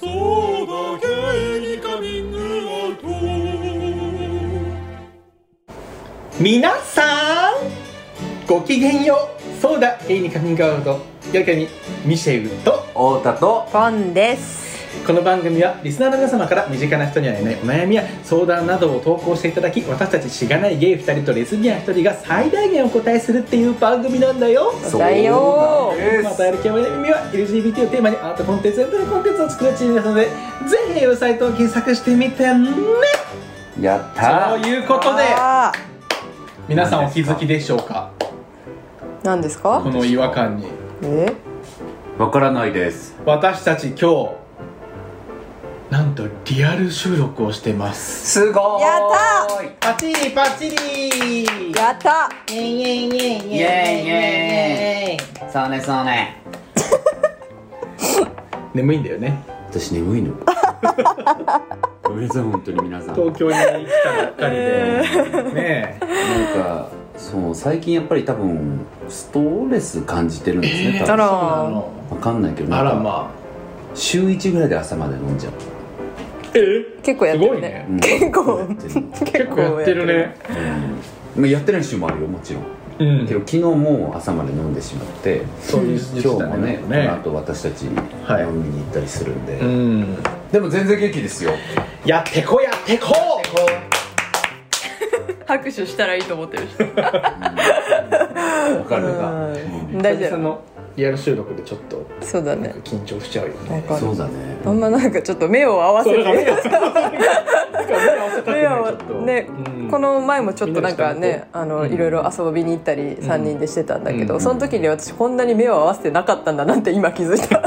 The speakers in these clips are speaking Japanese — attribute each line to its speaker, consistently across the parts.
Speaker 1: そうだけにカミングアウト
Speaker 2: 皆さんごきげんようそうだエイにカミングアウトやけにミシェルと
Speaker 3: 太田と
Speaker 4: ポンです
Speaker 2: この番組はリスナーの皆様から身近な人にはいないお悩みや相談などを投稿していただき私たちしがないゲイ2人とレズビアン1人が最大限お答えするっていう番組なんだよ
Speaker 3: そう
Speaker 4: だよ
Speaker 3: です
Speaker 2: またやる気や悩みは LGBT をテーマにアートコンテンツやエンタメコンテンツを作るチームですのでぜひウェブサイトを検索してみてね
Speaker 3: やった
Speaker 2: と
Speaker 3: ー
Speaker 2: いうことで
Speaker 4: あ
Speaker 2: 皆さんお気づきでしょうか
Speaker 4: ー何ですか
Speaker 2: この違和感に
Speaker 4: え
Speaker 3: わからないです
Speaker 2: 私たち今日なんとリアル収録をしてます
Speaker 3: すごーい
Speaker 4: や
Speaker 3: っ
Speaker 2: パチリパチリ
Speaker 4: やった
Speaker 2: イエイイエイイエイイ
Speaker 3: イエイイエたそうねそうね
Speaker 2: 眠いんだよね
Speaker 3: 私眠いのごめんなさい本当に皆さん
Speaker 2: 東京に来たばっか りでねえ
Speaker 3: なんかそう最近やっぱり多分ストレス感じてるんですね、多分
Speaker 4: あら
Speaker 2: そうなの
Speaker 3: わかんないけどな
Speaker 2: あ
Speaker 3: んから
Speaker 2: まあ
Speaker 3: 週1ぐらいで朝まで飲んじゃう、
Speaker 2: え
Speaker 4: 結構や
Speaker 2: す
Speaker 4: って
Speaker 2: ご
Speaker 4: る
Speaker 2: い
Speaker 4: ね
Speaker 2: ね
Speaker 3: うん
Speaker 4: 結構
Speaker 3: やってるの
Speaker 2: 結構やってるね
Speaker 3: うんまあやってない週もあるよもちろん
Speaker 2: うん
Speaker 3: けど昨日もう朝まで飲んでしまって
Speaker 2: そういう事
Speaker 3: 今日
Speaker 2: 実
Speaker 3: も
Speaker 2: だ
Speaker 3: ねこの
Speaker 2: ね
Speaker 3: 後私たち
Speaker 2: はい
Speaker 3: 飲みに行ったりするんで、
Speaker 2: うん
Speaker 3: でも全然元気ですよ
Speaker 2: やってこやってこ
Speaker 4: 拍手したらいいと思ってるし
Speaker 3: わかるか、
Speaker 4: うん大
Speaker 2: 久
Speaker 4: 丈
Speaker 2: 々のリアル収録でちょっと
Speaker 4: 夫そうだ
Speaker 2: なん
Speaker 4: ね
Speaker 2: か緊張しちゃうよね
Speaker 4: わかる
Speaker 3: そうだね
Speaker 4: あんまなんかちょっと目を合わ せ
Speaker 2: そうだから目
Speaker 4: て
Speaker 2: をつけたく ない目を合わせたく
Speaker 4: 目
Speaker 2: ないちょ
Speaker 4: を
Speaker 2: っと
Speaker 4: ね
Speaker 2: うん
Speaker 4: この前もちょっとなんか
Speaker 2: みんなで下
Speaker 4: ね
Speaker 2: 向こう
Speaker 4: あ
Speaker 2: う
Speaker 4: の
Speaker 2: ん
Speaker 4: いろいろ遊びに行ったり3人でしてたんだけ
Speaker 2: うん
Speaker 4: どその時に私こんなに目を合わせてなかったんだなんて今気づいた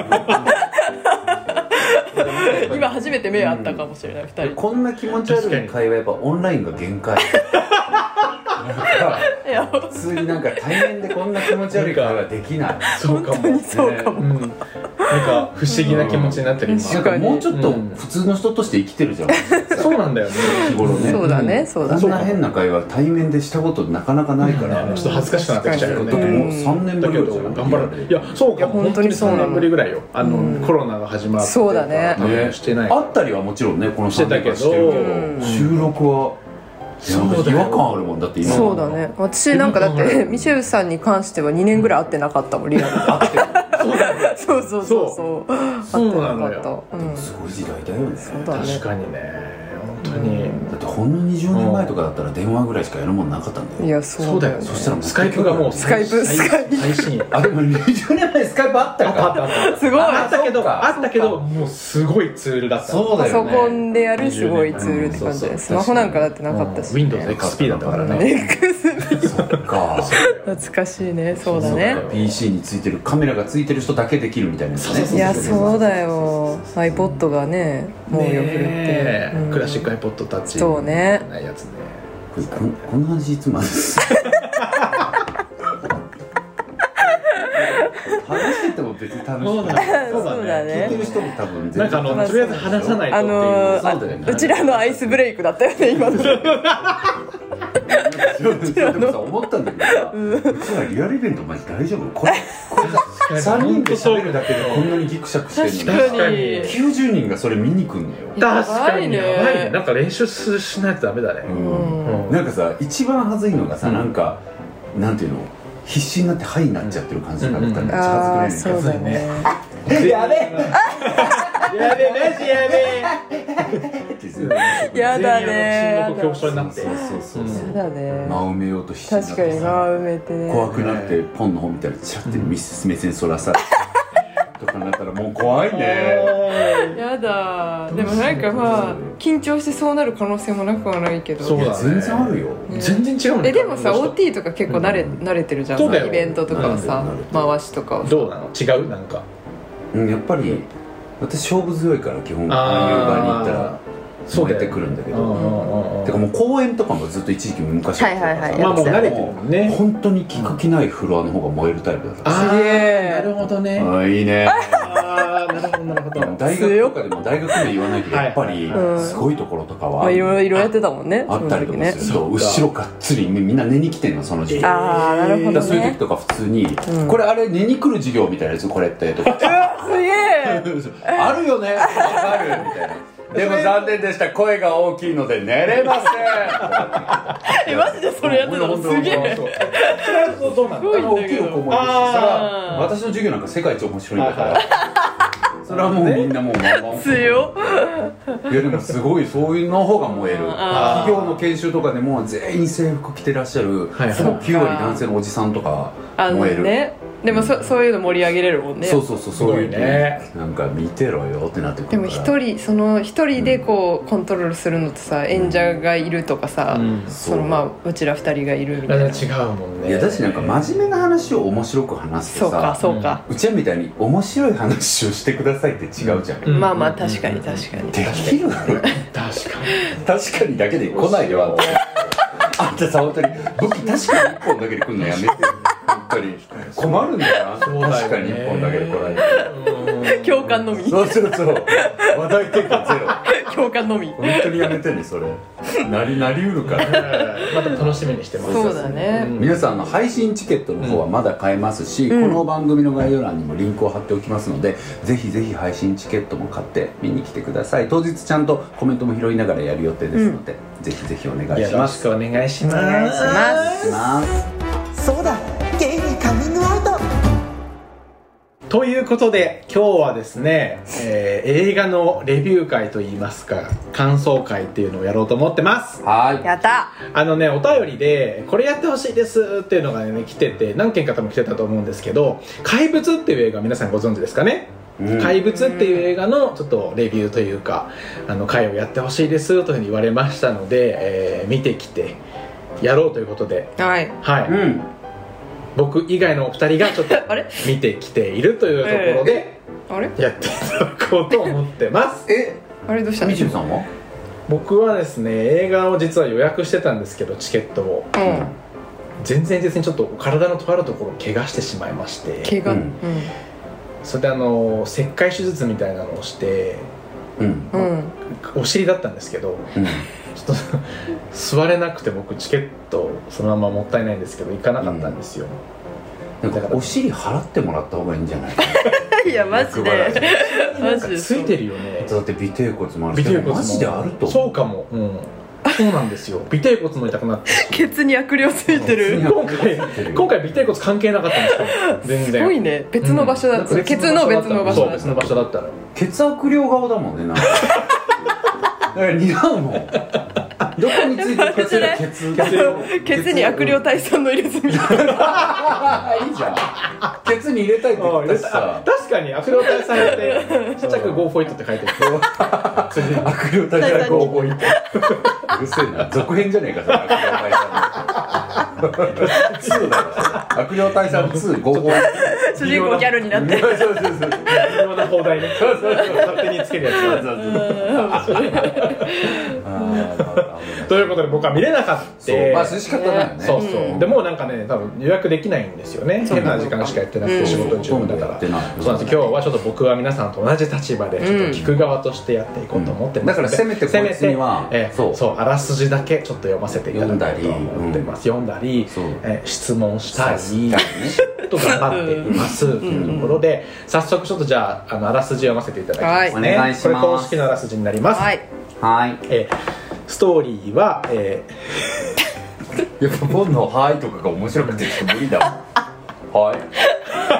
Speaker 4: 今初めて目合ったかもしれない2人
Speaker 3: こんな気持ち悪い会話やっぱオンラインが限界なんか
Speaker 4: いや
Speaker 3: 普通になんか対面でこんな気持ち悪い会話できない
Speaker 2: そうかも
Speaker 4: 本当にそうかも
Speaker 2: うん、なんか不思議な気持ちになってる今
Speaker 3: なん
Speaker 4: 確
Speaker 3: か
Speaker 4: かに
Speaker 3: もうちょっと普通の人として生きてるじゃん、
Speaker 2: そうなんだよね
Speaker 3: 日頃ね
Speaker 4: そうだねそうだ
Speaker 3: こん
Speaker 4: ね
Speaker 3: な変な会話対面でしたことなかなかないから、
Speaker 2: ちょっと恥ずかしくなってきちゃうよ
Speaker 3: だって
Speaker 2: ね
Speaker 3: もう3年
Speaker 2: だ
Speaker 3: ぶ
Speaker 2: け
Speaker 3: り
Speaker 2: ど
Speaker 3: じゃん
Speaker 2: 頑張らないいやそう
Speaker 4: い
Speaker 2: か
Speaker 4: や
Speaker 2: も
Speaker 4: 本当にそうなの
Speaker 2: 3年ぶりぐらいよあの、コロナが始まって
Speaker 4: そうだね
Speaker 2: 多分してない
Speaker 3: あったりはもちろんねこの
Speaker 2: して
Speaker 3: 3
Speaker 2: た
Speaker 3: 年
Speaker 2: け
Speaker 3: 間
Speaker 2: ど
Speaker 3: してるけど、
Speaker 2: うん
Speaker 3: 収録はなんか違和感あるもんだって今
Speaker 4: そうだね私なんかだってミシェルさんに関しては2年ぐらい会ってなかったもんリアル
Speaker 3: あってる
Speaker 2: そうだね
Speaker 4: でそうそうそうそう会って
Speaker 2: そうな
Speaker 4: な
Speaker 2: の
Speaker 4: か
Speaker 2: よ
Speaker 4: ったうん
Speaker 3: すごい時代だよね
Speaker 4: そうだ
Speaker 2: 確
Speaker 4: ね
Speaker 2: かにね本当に、
Speaker 3: だってほんの20年前とかだったら電話ぐらいしかやるもんなかったんだ
Speaker 4: い
Speaker 3: よ
Speaker 4: や
Speaker 2: そ
Speaker 4: そうう
Speaker 2: だよ
Speaker 4: だよ
Speaker 2: ね
Speaker 4: ね
Speaker 3: そしたらもう
Speaker 2: スカイプがもう
Speaker 4: スカイプ
Speaker 2: 最
Speaker 4: スカイプ
Speaker 2: 最新
Speaker 3: あでも20年前スカイプあった
Speaker 2: あったあったあった
Speaker 4: すごい
Speaker 2: あったけ
Speaker 3: そ
Speaker 2: ど
Speaker 3: うか
Speaker 2: あったけどもうすごいツールだった
Speaker 3: そう
Speaker 4: パ
Speaker 3: だよ
Speaker 4: ソ
Speaker 3: ね
Speaker 4: コンでやるすごいツールって感じ
Speaker 2: うんそうそう
Speaker 4: でスマホなんかだってなかった
Speaker 2: う
Speaker 4: し、
Speaker 2: ん WindowsXP だったからね
Speaker 4: XP
Speaker 3: そっか
Speaker 4: 懐かしいねそうだね
Speaker 3: そうか PC についてるカメラがついてる人だけできるみたいなやつね
Speaker 2: そう
Speaker 4: いやそうだよ iPod がね猛威を振るって、
Speaker 2: ねえ
Speaker 4: うん
Speaker 2: クラシック iPod タッチ
Speaker 4: そうね
Speaker 2: ないやつね
Speaker 3: こんこの話いつもある話してても別に楽し
Speaker 2: そ
Speaker 3: く
Speaker 2: う
Speaker 3: ない
Speaker 2: だね
Speaker 4: そうだ
Speaker 3: 聞いて
Speaker 4: ね
Speaker 3: る人も多分全然
Speaker 2: なんかあのとりあえず話さないとっ
Speaker 4: あ
Speaker 2: てい
Speaker 4: の
Speaker 2: う
Speaker 3: そうだよね
Speaker 4: ーあうちらのアイスブレイクだったよね今の
Speaker 3: でもさ思ったんだけどさ、うちらリアルイベントマジ大丈夫これこれさ3人で喋るだけでこんなにギクシャクしてるの
Speaker 2: 確
Speaker 3: に
Speaker 2: かに
Speaker 4: 確
Speaker 3: 90人がそれ見に来んのよ
Speaker 2: 確かに
Speaker 4: やばいね
Speaker 2: やばいねなんか練習すしないとダメだね
Speaker 4: うん
Speaker 2: うん
Speaker 3: なんかさ一番恥ずいのがさ、
Speaker 2: うん
Speaker 3: なんかなんていうの必死になって「はい」になっちゃってる感じになったらめっち
Speaker 4: あ
Speaker 3: ゃ
Speaker 4: あ
Speaker 3: 恥ずく
Speaker 4: そ
Speaker 3: ないう
Speaker 4: だね
Speaker 2: やべえやべえマジやべえ
Speaker 4: やだね
Speaker 2: 全員あの沈黙恐怖症になって
Speaker 3: そうそうそうそう
Speaker 4: そうだね
Speaker 3: 間を埋めようと必死になっ
Speaker 4: 確
Speaker 3: て
Speaker 4: かにな埋めてね
Speaker 3: 怖くなってポンの方見たらチラッてミス目線そらされてとかなったらもう怖いね
Speaker 4: やだでもなんかまあ緊張してそうなる可能性もなくはないけど
Speaker 2: そ
Speaker 3: い
Speaker 2: う
Speaker 3: や
Speaker 2: だね
Speaker 3: 全然あるよ
Speaker 2: 全然違うね
Speaker 4: えでもさ
Speaker 2: この人
Speaker 4: OT とか結構慣れ,、慣れてるじゃん
Speaker 2: そうだよ
Speaker 4: イベントとかはさ
Speaker 3: 慣れてる
Speaker 4: 回しとかはさ
Speaker 2: どうなの違うなんか
Speaker 3: うんやっぱり私勝負強いから基本ああいう場に行ったら
Speaker 2: そうだ
Speaker 3: 燃え
Speaker 2: よ
Speaker 3: てくるんだけ
Speaker 2: うん
Speaker 3: ど
Speaker 2: うんうん
Speaker 3: てかもう公演とかもずっと一時期昔やってたから
Speaker 4: はいはいはい
Speaker 2: まあもう慣れてるもんね
Speaker 3: 本当に聞く気ないフロアの方が燃えるタイプだから
Speaker 2: あー
Speaker 4: すげえ
Speaker 2: なるほどね
Speaker 3: ああいいね
Speaker 2: ああなるほどなるほど
Speaker 3: 大学とかでも大学名言わないけど
Speaker 2: はい
Speaker 3: やっぱり
Speaker 4: うん
Speaker 3: すごいところとか
Speaker 4: ま
Speaker 3: は
Speaker 4: あいろいろやってたもんね
Speaker 3: あったりと
Speaker 4: そ
Speaker 3: か
Speaker 4: の時ね
Speaker 3: すると後ろがっつりみんな寝に来てんのその時期
Speaker 2: えー
Speaker 4: ああなるほ
Speaker 3: だから
Speaker 4: ど
Speaker 3: そういう時
Speaker 4: ね
Speaker 3: と か普通に、これあれ寝に来る授業みたいなやつこれってとか
Speaker 4: うわすげえね
Speaker 3: あるよねわかるみた いなでも残念でした声が大きいので寝れませ
Speaker 4: えマジで それやってたのすげえ
Speaker 3: そう
Speaker 2: それはそうなんだ
Speaker 4: ごいんだけ
Speaker 3: 大きいお
Speaker 4: ど
Speaker 3: 子もいるしそれは私の授業なんか世界一面白いんだから それはもうみんなもうまんま
Speaker 4: 強
Speaker 3: いやでもすごいそういうの方が燃える
Speaker 4: あ
Speaker 2: ー
Speaker 3: 企業の研修とかでも全員制服着てらっしゃる、
Speaker 2: はいはい
Speaker 3: もう9割男性のおじさんとか
Speaker 4: あの
Speaker 3: 燃える、
Speaker 4: ねでもそそういうの盛り上げれるもんね
Speaker 3: そうそうそうそういう
Speaker 2: すごいね
Speaker 3: なんか見てろよってなってくる
Speaker 4: でも
Speaker 3: から
Speaker 4: 一人その一人でこうコントロールするのとさ演者がいるとかさ、
Speaker 2: うん
Speaker 4: そのまあうちら二人がいるみたいな
Speaker 2: 違うもんね
Speaker 3: いやだしなんか真面目な話を面白く話す
Speaker 4: そ
Speaker 3: と
Speaker 4: うか
Speaker 3: さ
Speaker 4: そうか、
Speaker 3: うちらみたいに面白い話をしてくださいって違うじゃん、
Speaker 2: うん
Speaker 4: まあまあ確かに確かに、
Speaker 3: できる
Speaker 2: 確か
Speaker 3: 確かにだけで来ないよあんたあんたさ本当に武器確かに1本だけで来るのやめてよ本当に困るんだよな
Speaker 2: そうだよね
Speaker 3: 確かに1本だけで来ない
Speaker 2: に
Speaker 4: 共感のみ
Speaker 3: そうそうそう話題結構ゼロ
Speaker 4: 共感のみ
Speaker 3: 本当にやめてねそれなりなりうるから
Speaker 2: また楽しみにしてます
Speaker 4: そうだね
Speaker 3: 皆さんあの配信チケットの方はまだ買えますし、
Speaker 4: うん
Speaker 3: この番組の概要欄にもリンクを貼っておきますので、ぜひぜひ配信チケットも買って見に来てください当日ちゃんとコメントも拾いながらやる予定ですので、ぜひぜひお願いし
Speaker 2: よろ
Speaker 3: ま
Speaker 2: し
Speaker 3: す
Speaker 2: くお願いします
Speaker 4: お願いします
Speaker 3: ます
Speaker 5: そうだゲイにカミングアウト
Speaker 2: ということで今日はですね、えー映画のレビュー会といいますか感想会っていうのをやろうと思ってます
Speaker 3: は
Speaker 4: やった
Speaker 2: あのねお便りでこれやってほしいですっていうのがね来てて何件か多分来てたと思うんですけど「怪物」っていう映画皆さんご存知ですかね
Speaker 3: い、うん
Speaker 2: 怪物っていう映画のちょっとレビューというかあの回をやってほしいですというふうに言われましたので、えー見てきてやろうということで、
Speaker 4: はい
Speaker 2: はい
Speaker 3: うん
Speaker 2: 僕以外のお二人がちょっと
Speaker 4: あれ
Speaker 2: 見てきているというところで
Speaker 4: あれ
Speaker 2: やっていただこうと思ってます
Speaker 3: え
Speaker 4: あれどうしたの
Speaker 3: みちゅさんは
Speaker 2: 僕はですね映画を実は予約してたんですけどチケットを
Speaker 4: うん
Speaker 2: 全然ですねちょっと体のとあるところを怪我してしまいまして
Speaker 4: 怪
Speaker 3: う
Speaker 4: 我うんん、
Speaker 2: それであの切開手術みたいなのをして
Speaker 3: うん
Speaker 4: うん
Speaker 2: お尻だったんですけど
Speaker 3: うん
Speaker 2: ちょっと座れなくて僕チケットそのままもったいないんですけど行かなかったんですよ、
Speaker 3: なんかお尻払ってもらった方がいいんじゃない
Speaker 4: いやマジ
Speaker 3: 欲張らず
Speaker 4: で
Speaker 2: な
Speaker 4: マ
Speaker 2: んか
Speaker 4: ジで
Speaker 2: ついてるよね
Speaker 3: だって尾てい骨もある
Speaker 2: 尾
Speaker 3: して
Speaker 2: い骨も
Speaker 3: マジであると
Speaker 2: そうかもうんそうなんですよ尾てい骨も痛くなって
Speaker 4: ケツに悪霊ついて
Speaker 3: う
Speaker 4: る
Speaker 3: ん
Speaker 2: 今回今回尾てい骨関係なかったんですよ全
Speaker 4: すごい
Speaker 2: 然
Speaker 4: ね別の場所だった、
Speaker 2: うん
Speaker 4: ケツの別の場所
Speaker 2: そう
Speaker 4: だっ
Speaker 2: 別
Speaker 4: た
Speaker 2: の場所だったの
Speaker 3: 血悪量顔だもんねなんかだから似合うもんどこについてるケツがケツ
Speaker 4: ケツに悪霊退散の入れ
Speaker 3: い
Speaker 4: 墨
Speaker 3: いじゃんケツに入れたいって言ったし
Speaker 2: あ
Speaker 3: さ
Speaker 2: 確かにアフロ体されて ちっちゃくゴーフォイットって書いてる それで
Speaker 3: 悪霊対策方法いってうるせえな続編じゃねえかそれ悪霊対策2だろ悪霊対策2合法
Speaker 4: 主人公ギャルになって
Speaker 3: そうそうそうそう
Speaker 2: 微妙な放題ね
Speaker 3: そうそうそう
Speaker 2: 勝手につけるやつ
Speaker 3: あー
Speaker 2: ということで僕は見れなかった
Speaker 3: そうまあ涼しかっただよね
Speaker 2: そうそう、
Speaker 4: うん
Speaker 2: でもうなんかね多分予約できないんですよね
Speaker 4: そう
Speaker 2: 変な時間しかやってなくて、
Speaker 4: うん
Speaker 2: 仕事
Speaker 3: ほと
Speaker 2: 中
Speaker 3: ん
Speaker 2: だ
Speaker 3: ど
Speaker 2: か
Speaker 3: や
Speaker 2: ら
Speaker 3: ってない
Speaker 2: そうなんです今日はちょっと僕は皆さんと同じ立場でちょっと聞く側としてやっていこうと思ってます
Speaker 3: うんだから
Speaker 2: ので、
Speaker 3: せめてこいつには
Speaker 2: せめてえ
Speaker 3: そ
Speaker 2: そううあらすじだけちょっと読ませていただこうと思ってます読んだり,、
Speaker 3: そう
Speaker 2: え質問した
Speaker 3: さ
Speaker 2: り
Speaker 3: す
Speaker 2: ち
Speaker 3: が
Speaker 2: ょ
Speaker 3: にね
Speaker 2: っと頑張っていますというところで、早速ちょっとじゃああのあらすじ読ませていただきますね、
Speaker 3: はいお願いします
Speaker 2: これ公式のあらすじになります、
Speaker 4: はい
Speaker 3: はい
Speaker 2: えーストーリーは、えー
Speaker 3: やっぱボンの「はい」とかが面白くてちょっと無理だもんはい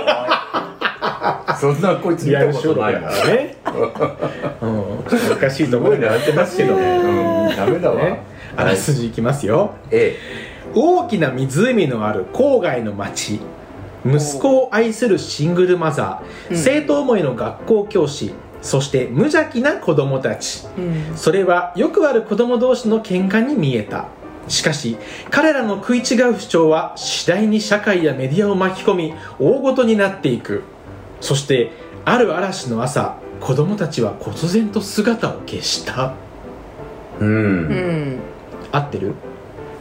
Speaker 3: はいそんなこいつ見
Speaker 2: リア
Speaker 3: た
Speaker 2: ル
Speaker 3: こ
Speaker 2: 収
Speaker 3: と
Speaker 2: 録
Speaker 3: ないも
Speaker 2: だか
Speaker 3: ん
Speaker 2: らね。うん、難しいところでやってますけど、
Speaker 3: うんダメだわ
Speaker 2: ね、あらすじいきますよ。
Speaker 3: え
Speaker 2: 大きな湖のある郊外の町息子を愛するシングルマザー、
Speaker 4: うん
Speaker 2: 生徒思いの学校教師そして無邪気な子供たち
Speaker 4: うん
Speaker 2: それはよくある子供同士の喧嘩に見えたしかし彼らの食い違う主張は次第に社会やメディアを巻き込み大ごとになっていくそしてある嵐の朝子供たちは忽然と姿を消した
Speaker 3: う
Speaker 4: うんん
Speaker 2: 合ってる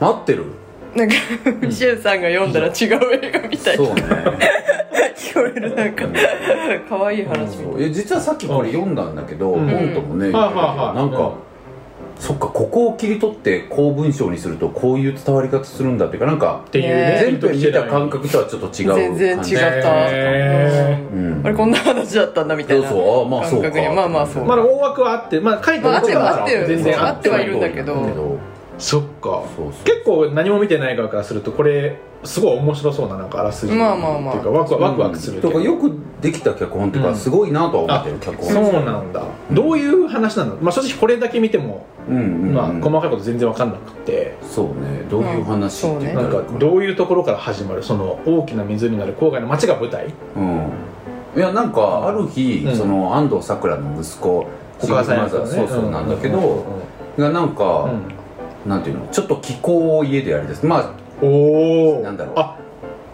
Speaker 3: 合ってる
Speaker 4: なんかシュンさんが読んだら違う映画みたい
Speaker 3: そう
Speaker 4: に
Speaker 3: ね
Speaker 4: 聞こえるなんか可愛い話みたい
Speaker 3: そういや実はさっきこれ読んだんだけど
Speaker 2: うん
Speaker 3: ボンともね
Speaker 2: う
Speaker 3: 言ってたけ
Speaker 2: ん
Speaker 3: ど
Speaker 2: はいはいはい
Speaker 3: なん
Speaker 2: うん
Speaker 3: かそっかここを切り取ってこう文章にするとこういう伝わり方するんだっていうかなんか
Speaker 2: っていうね
Speaker 4: ね
Speaker 3: 全編見た感覚とはちょっと違う
Speaker 4: 全然違
Speaker 3: 感
Speaker 4: っ
Speaker 3: じ
Speaker 4: た、
Speaker 2: へ
Speaker 3: うん
Speaker 4: あれこんな話だったんだみたいな
Speaker 3: そうそうあまあそう
Speaker 4: 感
Speaker 3: か
Speaker 4: 覚にまあまあそう
Speaker 2: まだ大枠はあって、まあ、書いて
Speaker 4: まあ合
Speaker 2: る
Speaker 4: っ
Speaker 2: こ
Speaker 4: て
Speaker 2: と
Speaker 4: る
Speaker 2: は
Speaker 4: 合ってる
Speaker 2: 全然
Speaker 4: そう合ってはいるんだけど
Speaker 2: そっか
Speaker 3: そうそう
Speaker 2: 結構何も見てない側からするとこれすごい面白そうななんかあらすじ
Speaker 4: まあまあまあ
Speaker 2: っていうかワクワクワクワクするけ
Speaker 3: と
Speaker 2: ど
Speaker 3: かよくできた脚本っていう
Speaker 2: う
Speaker 3: か
Speaker 2: ん
Speaker 3: すごいなとは思ってる
Speaker 2: あ
Speaker 3: 脚本
Speaker 2: そうなんだどういう話なの、まあ、正直これだけ見ても、
Speaker 3: うんうんうん
Speaker 2: まあ、細かいこと全然わかんなくて、
Speaker 3: そうねどういう話っていう
Speaker 2: なんかどういうところから始まるその大きな水になる郊外の町が舞台
Speaker 3: うんいやなんかある日、
Speaker 2: うん
Speaker 3: その安藤サクラの息子
Speaker 2: お母さん役のね
Speaker 3: シングルマザーそうそうなんだけど、
Speaker 2: うん
Speaker 3: がなんか、
Speaker 2: うん
Speaker 3: なんていうのちょっと気候を家でやりですま
Speaker 2: おお
Speaker 3: なんだろう
Speaker 2: あ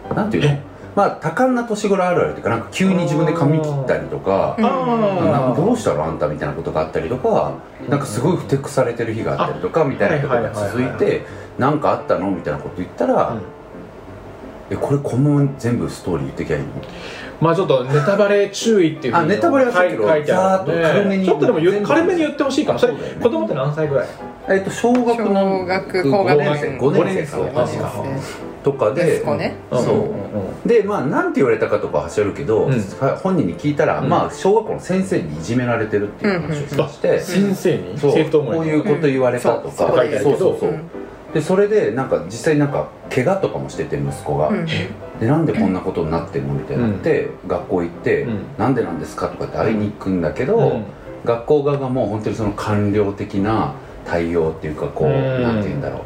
Speaker 3: あなんていうのまあ多感な年頃あるあるっていうかなんか急に自分で髪切ったりとか
Speaker 4: うん
Speaker 3: な
Speaker 2: あ
Speaker 3: んか
Speaker 2: ー
Speaker 3: どうしたのあんたみたいなことがあったりとかなんかすごいふてくされてる日があったりとかみたいなことが続い
Speaker 2: はいはいはい
Speaker 3: てなんかあったのみたいなこと言ったら、
Speaker 2: うん
Speaker 3: えこれこのまま全部ストーリー言ってきゃいいの
Speaker 2: まあちょっとネタバレ注意っていうふうに
Speaker 3: あネタバレは
Speaker 2: 書い
Speaker 3: ちょっと
Speaker 2: 書いてあ
Speaker 3: ざー
Speaker 2: る
Speaker 3: っと軽め
Speaker 2: ね
Speaker 3: に
Speaker 2: ちょっとでも言う軽めに言ってほしいかもそれ
Speaker 3: そうだよね
Speaker 2: 子供って何歳ぐらい
Speaker 3: えっと小学の
Speaker 4: 小学
Speaker 3: 5
Speaker 4: 高学
Speaker 3: 年生
Speaker 4: 年
Speaker 3: 5年生
Speaker 2: 五
Speaker 4: マ
Speaker 2: 年
Speaker 4: ジ
Speaker 2: 生
Speaker 4: で
Speaker 2: か
Speaker 3: かとかで
Speaker 4: 息子ね
Speaker 3: そう、でまあなんて言われたかとかはしょるけど、
Speaker 2: うん
Speaker 3: 本人に聞いたら、
Speaker 2: うん
Speaker 3: まあ小学校の先生にいじめられてるっていう話をしまして、
Speaker 2: 先生に
Speaker 3: そう
Speaker 2: 生徒
Speaker 3: こう
Speaker 2: 思い
Speaker 3: いう
Speaker 2: の
Speaker 3: こと言われたとか、
Speaker 4: うんそう書いてある
Speaker 3: そ
Speaker 2: け
Speaker 3: うそ
Speaker 2: ど
Speaker 3: うそう、
Speaker 4: うん
Speaker 3: でそれでなんか実際なんか怪我とかもしてて息子が、
Speaker 4: うん
Speaker 3: でなんでこんなことになってんのみたいになって、学校行って、
Speaker 2: うん
Speaker 3: なんでなんですかとかって会いに行くんだけど、
Speaker 2: うん
Speaker 3: 学校側がもう本当にその官僚的な対応っていうかこう、
Speaker 2: うん
Speaker 3: なんて言うんだろう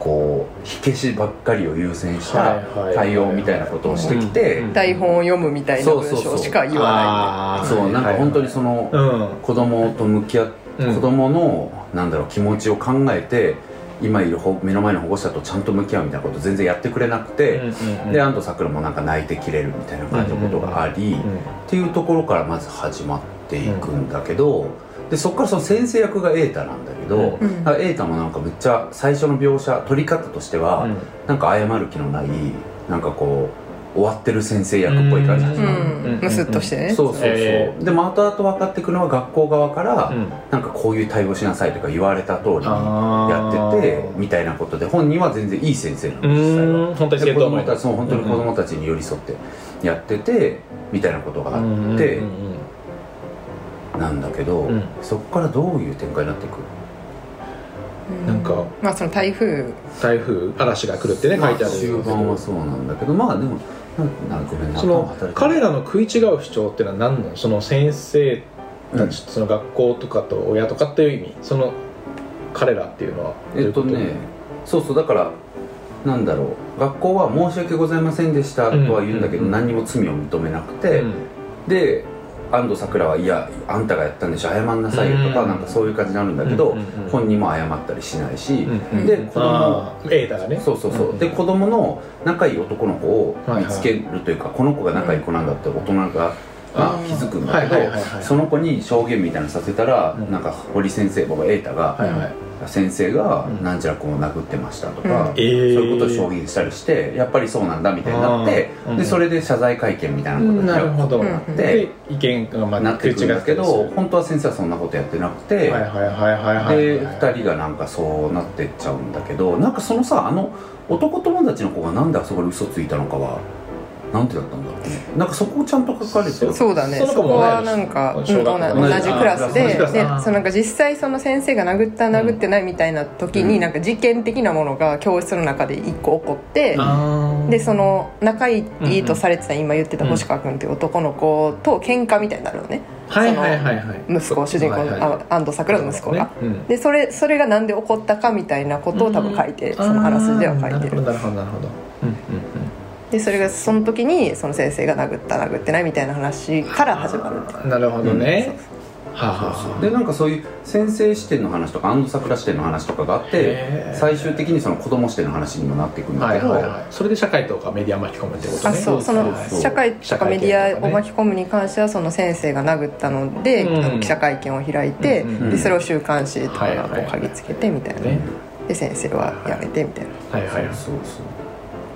Speaker 3: こう火消しばっかりを優先し
Speaker 2: はい
Speaker 3: た
Speaker 2: はいはい
Speaker 3: 対応みたいなことをしてきて、
Speaker 2: うん
Speaker 4: 台本を読むみたいな文章しか言わ
Speaker 2: あー
Speaker 3: そうなんか本当にその、
Speaker 2: うん
Speaker 3: 子供と向き合っ
Speaker 2: うん
Speaker 3: 子供のなんだろう気持ちを考えて今いるほ目の前の保護者とちゃんと向き合うみたいなこと全然やってくれなくて、で安藤サクラもなんか泣いてきれるみたいな感じのことがあり、
Speaker 2: うん
Speaker 3: っていうところからまず始まっていくんだけど、でそこからその先生役が瑛太なんだけど、
Speaker 2: うん
Speaker 3: だから瑛太もなんかめっちゃ最初の描写取り方としては、
Speaker 2: うん
Speaker 3: なんか謝る気のないなんかこう終わってる先生役っぽい感じ
Speaker 4: な
Speaker 3: に
Speaker 4: いみた
Speaker 3: ないる
Speaker 4: な
Speaker 2: うん
Speaker 4: うんむすっとしてね
Speaker 3: そうそうそう、
Speaker 2: え
Speaker 3: でも後々分かっていくのは学校側から、
Speaker 2: うん
Speaker 3: なんかこういう対応しなさいとか言われた通りにや
Speaker 2: あー
Speaker 3: っててみたいなことで本人は全然いい先生なん
Speaker 2: う
Speaker 3: です実際は
Speaker 2: ーん本当に
Speaker 3: で
Speaker 2: 生
Speaker 3: 子
Speaker 2: 徒思
Speaker 3: 供
Speaker 2: いだ
Speaker 3: たちそう本当に子供たちに寄り添ってやっててみたいなことがあって
Speaker 2: うんうんうん
Speaker 3: なんだけど、
Speaker 2: うん
Speaker 3: そこからどういう展開になっていく
Speaker 4: な
Speaker 2: な
Speaker 4: い
Speaker 2: んか
Speaker 4: うまあその台風
Speaker 2: 台風嵐が来るってね書いてあるんですけ
Speaker 3: ま
Speaker 2: ど
Speaker 3: あ終盤はそうなんだけどまあでもなんなんかごめんな
Speaker 2: その彼らの食い違う主張ってのは何なのその先生たち、その学校とかと親とかっていう意味その彼らっていうのは
Speaker 3: えっと
Speaker 2: どういう
Speaker 3: ねそうそうだからなんだろう学校は「申し訳ございませんでした」とは言うんだけど、
Speaker 2: うん
Speaker 3: 何にも罪を認めなく
Speaker 2: こと
Speaker 3: て、で安藤サクラはいやあんたがやったんでしょ謝んなさいよとか、
Speaker 2: うん
Speaker 3: なんかそういう感じになるんだけど、
Speaker 2: うんうんうん
Speaker 3: 本人も謝ったりしないし、
Speaker 2: うん
Speaker 4: うん
Speaker 3: で子供
Speaker 2: ああ瑛太がね
Speaker 3: そうそうそう、で子供の仲いい男の子を見つけるというか、この子が仲いい子なんだって大人が、まあ、気づくんだけど、
Speaker 2: はいはいはいはい
Speaker 3: その子に証言みたいなのさせたら、
Speaker 2: うん
Speaker 3: なんか堀先生僕瑛太が、
Speaker 2: はいはい
Speaker 3: 先生が
Speaker 2: うん
Speaker 3: なんちゃら君を殴ってましたとか、
Speaker 4: うん
Speaker 2: えー
Speaker 3: そういうことを証言したりしてやっぱりそうなんだみたいになって、
Speaker 2: あーうん
Speaker 3: でそれで謝罪会見みたいなことに
Speaker 2: なるほど、
Speaker 4: うん
Speaker 3: なって。
Speaker 2: で意見がま
Speaker 3: な
Speaker 2: た
Speaker 3: って
Speaker 2: 食い
Speaker 3: いくん
Speaker 2: 違
Speaker 3: だ
Speaker 2: って
Speaker 3: け
Speaker 2: る
Speaker 3: ど本当は先生はそんなことやってなくて、
Speaker 2: はいはいはいはいはい
Speaker 3: で2人がなんかそうなってっちゃうんだけどなんかそのさあの男友達の子がなんであそこで嘘ついたのかはなんてだったんだろうねなんかそこをちゃんと書かれてる
Speaker 4: そうだね
Speaker 2: そ
Speaker 4: そ
Speaker 2: の子も
Speaker 4: こは
Speaker 2: 同
Speaker 4: ないんか、うん、同じ
Speaker 2: 小学校
Speaker 3: 同じ
Speaker 4: クラスで
Speaker 3: 同じ
Speaker 4: で
Speaker 2: クラス
Speaker 4: そ
Speaker 2: あー
Speaker 4: のなんか実際その先生が殴った殴ってないみたいな時
Speaker 3: う
Speaker 4: に、
Speaker 3: ん
Speaker 4: なんか事件的なものが教室の中で一個起こって、
Speaker 2: あー
Speaker 4: でその仲いいとされてた今言ってた星川君っていう男の子と喧嘩みたいになるのね
Speaker 2: はいはいはいはい
Speaker 4: 息子主人公の、
Speaker 2: はいはい
Speaker 4: あ安藤サクラの息子が、
Speaker 2: ねうん
Speaker 4: でそれそれがなんで起こったかみたいなことを多分書いて、そのあらすじでは書いて
Speaker 2: あー
Speaker 4: る
Speaker 2: なるほどなるほどなるほどうんうんうん
Speaker 4: でそれがその時にその先生が殴った殴ってないみたいな話から始まるみたい
Speaker 2: な
Speaker 4: な
Speaker 2: るほどね、はあはあはあ
Speaker 3: でなんかそういう先生視点の話とか安藤桜視点の話とかがあって
Speaker 2: へー
Speaker 3: 最終的にその子供視点の話にもなっていくんだ
Speaker 2: は
Speaker 3: け
Speaker 2: い
Speaker 3: ど、
Speaker 2: はいはいそれで社会とかメディア巻き込むってことね
Speaker 4: あそうその
Speaker 3: そうそう
Speaker 4: 社会とかメディアを巻き込むに関してはその先生が殴ったので、
Speaker 2: うん
Speaker 4: あの記者会見を開いて、
Speaker 2: うんうん
Speaker 3: うん
Speaker 4: でそれを週刊誌とか
Speaker 2: はい
Speaker 4: が
Speaker 2: はい
Speaker 4: こ
Speaker 2: はいう
Speaker 4: 嗅ぎつけてみたいな、
Speaker 2: ね
Speaker 4: で先生はやめてみたいな
Speaker 2: はいはいはい
Speaker 3: そうそう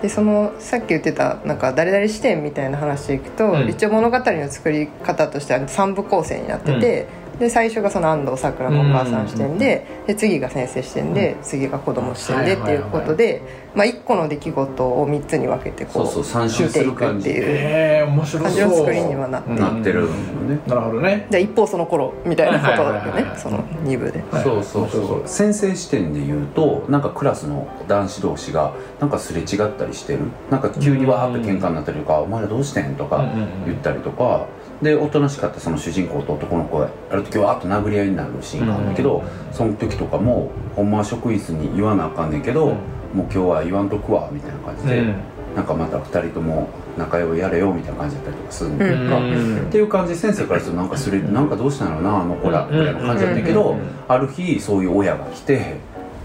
Speaker 4: でそのさっき言ってたなんか誰々視点みたいな話でいくと、
Speaker 2: うん
Speaker 4: 一応物語の作り方としては3部構成になってて、でで最初がその安藤サクラのお母さん視点で,、で次が先生視点で、次が子供視点でっていうことで、まあ、1個の出来事を3つに分けてこう
Speaker 3: そうそう3周
Speaker 4: 見て
Speaker 3: す
Speaker 4: い
Speaker 3: る
Speaker 4: く
Speaker 3: 感
Speaker 4: って
Speaker 3: じ
Speaker 4: いう
Speaker 2: ええ面白
Speaker 4: 感じの作りにはなって
Speaker 2: うん
Speaker 3: なってるのね、
Speaker 2: なるほどね
Speaker 4: じゃあ一方その頃みたいなことだよ
Speaker 2: はいはいはいは
Speaker 4: ね
Speaker 2: い
Speaker 4: その2部で
Speaker 2: はい
Speaker 3: そうそうそうそう先生視点で言うとなんかクラスの男子同士がなんかすれ違ったりしてるなんか急にわーって喧嘩になったりとか「お前らどうしてん?」と
Speaker 2: うん
Speaker 3: か
Speaker 2: うん
Speaker 3: 言ったりとかでおとなしかったその主人公と男の子がある時わーっと殴り合いになるシーンがあるんだけどその時とかもほんまは職員室に言わなあかんねんけど
Speaker 2: うん
Speaker 3: もう今日は言わんとくわみたいな感じ
Speaker 2: う
Speaker 3: で
Speaker 2: ん
Speaker 3: なんかまた2人とも仲良いやれよみたいな感じだったりとかするんだ
Speaker 4: う
Speaker 3: け
Speaker 4: ん
Speaker 3: ど
Speaker 4: うんうん
Speaker 3: っていう感じで先生からするとなんかそれなんかどうしたのなあの子らみたいな感じだったけ
Speaker 2: う
Speaker 3: ど
Speaker 2: ん
Speaker 3: ある日そういう親が来て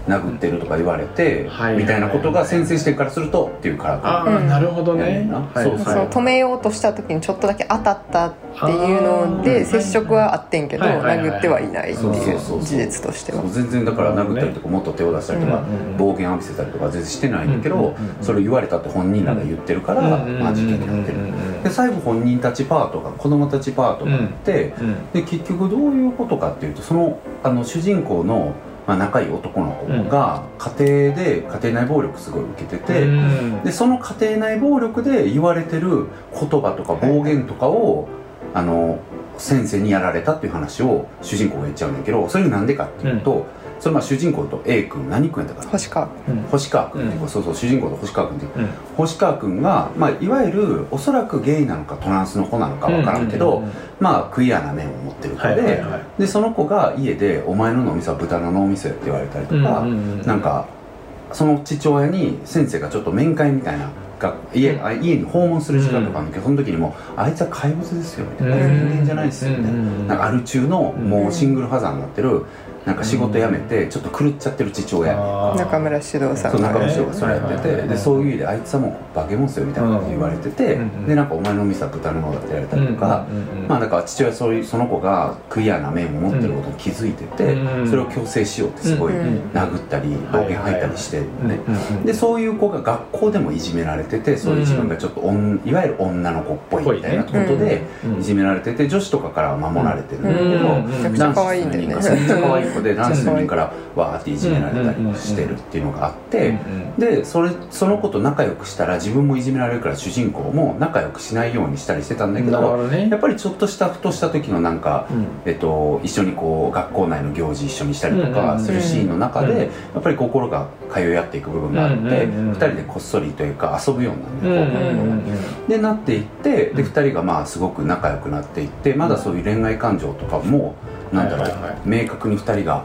Speaker 3: 殴ってるとか言われて
Speaker 2: はい
Speaker 3: みたいなことが先生視点からするとっていうから
Speaker 2: あ
Speaker 3: か
Speaker 2: あ
Speaker 4: うん
Speaker 2: なるほどね
Speaker 3: うんそう
Speaker 4: その止めようとした時にちょっとだけ当たったっていうの
Speaker 2: あー
Speaker 4: で接触はあってんけど
Speaker 2: はいはいはい
Speaker 4: 殴ってはいないってい
Speaker 3: そうそうそ
Speaker 4: う
Speaker 3: うそう
Speaker 4: 事実としては
Speaker 3: そう全然だから殴ったりとかもっと手を出したりとか
Speaker 2: うんうんうん
Speaker 3: 暴言浴びせたりとか全然してないんだけ
Speaker 2: うんうん
Speaker 3: ど
Speaker 2: うん
Speaker 3: それを言われたって本人らが言ってるから
Speaker 2: うん
Speaker 3: まあ事件になって
Speaker 2: うんうんうんうん
Speaker 3: るで最後本人たちパートが子供たちパートがあって
Speaker 2: うん
Speaker 3: で結局どういうことかっていうとそのあの主人公の、まあ、仲いい男の子が家庭で家庭内暴力すごい受けてて、
Speaker 2: うん
Speaker 3: でその家庭内暴力で言われてる言葉とか暴言とかを、あの先生にやられたっていう話を主人公が言っちゃうんだけどそれなんでかっていうと、それまあ主人公と A 君何君やったかな
Speaker 4: 星川君
Speaker 3: 星川君っていうか、
Speaker 2: う
Speaker 3: そうそう主人公と星川君っていう
Speaker 2: うん
Speaker 3: 星川君が、まあ、いわゆるおそらくゲイなのかトランスの子なのかわからんけど、
Speaker 2: うんうんうん
Speaker 3: まあクイアな面を持ってる子で、
Speaker 2: はいはいはい
Speaker 3: でその子が家で「お前の脳みそは豚の脳みそや」って言われたりとか、
Speaker 2: うんうんうん
Speaker 3: なんかその父親に先生がちょっと面会みたいなが家,、あ家に訪問する時間とかあるんだけど、その時にも「あいつは怪物ですよ」みたいな「
Speaker 2: うん
Speaker 3: 人間じゃないですよ」みたいな,、
Speaker 2: うんうんうん
Speaker 3: なんかある中のもううんシングルファザーになってるなんか仕事辞めてちょっと狂っちゃってる父親、
Speaker 2: あー
Speaker 4: 中村獅童さん
Speaker 3: そう
Speaker 4: が
Speaker 3: 中
Speaker 2: 村
Speaker 3: の
Speaker 2: 獅
Speaker 3: 人がそれやってて、
Speaker 2: はい
Speaker 3: でそういう意味であいつはもう化け物ですよみたいなこと言われてて、
Speaker 2: うんうん
Speaker 3: でなんかお前の店は豚の脳だってやられたりとか、
Speaker 2: うんうんうんうん
Speaker 3: まあなんか父親はそういうその子がクリアな面を持ってることに気づいてて、
Speaker 2: うん
Speaker 3: それを強制しようってすごい
Speaker 4: うんうん
Speaker 3: 殴ったり暴言吐いたりしてるのね、
Speaker 2: うんうんうん
Speaker 3: でそういう子が学校でもいじめられててそういう自分がちょっとおんいわゆる女の子っぽいみたいなことで
Speaker 2: うんうん
Speaker 3: いじめられてて女子とかからは守られてるんだけど、
Speaker 2: うん
Speaker 4: めちゃくちゃ可愛いんだよ
Speaker 3: 男子数人からめっちゃ可愛い子
Speaker 4: ね
Speaker 3: で男子数人からわーっていじめられたりしてるっていうのがあって、でそれその子と仲良くしたら自分もいじめられるから主人公も仲良くしないようにしたりしてたんだけど
Speaker 2: なるほどね
Speaker 3: やっぱりちょっとしたふとした時のなんか、
Speaker 2: うん
Speaker 3: えっと、一緒にこう学校内の行事一緒にしたりと
Speaker 2: うんうんう
Speaker 3: か
Speaker 2: ん
Speaker 3: するシーンの中で、
Speaker 2: うん
Speaker 3: やっぱり心が通い合っていく部分があって、二
Speaker 2: うんうんうん
Speaker 3: 2人でこっそりというか遊ぶようになる
Speaker 2: うんう
Speaker 3: ね
Speaker 2: んうんうん
Speaker 3: でなっていってで
Speaker 2: うん
Speaker 3: 2人がまあすごく仲良くなっていってまだそういう恋愛感情とかもなんだろう、
Speaker 2: はいはいはい
Speaker 3: 明確に2人が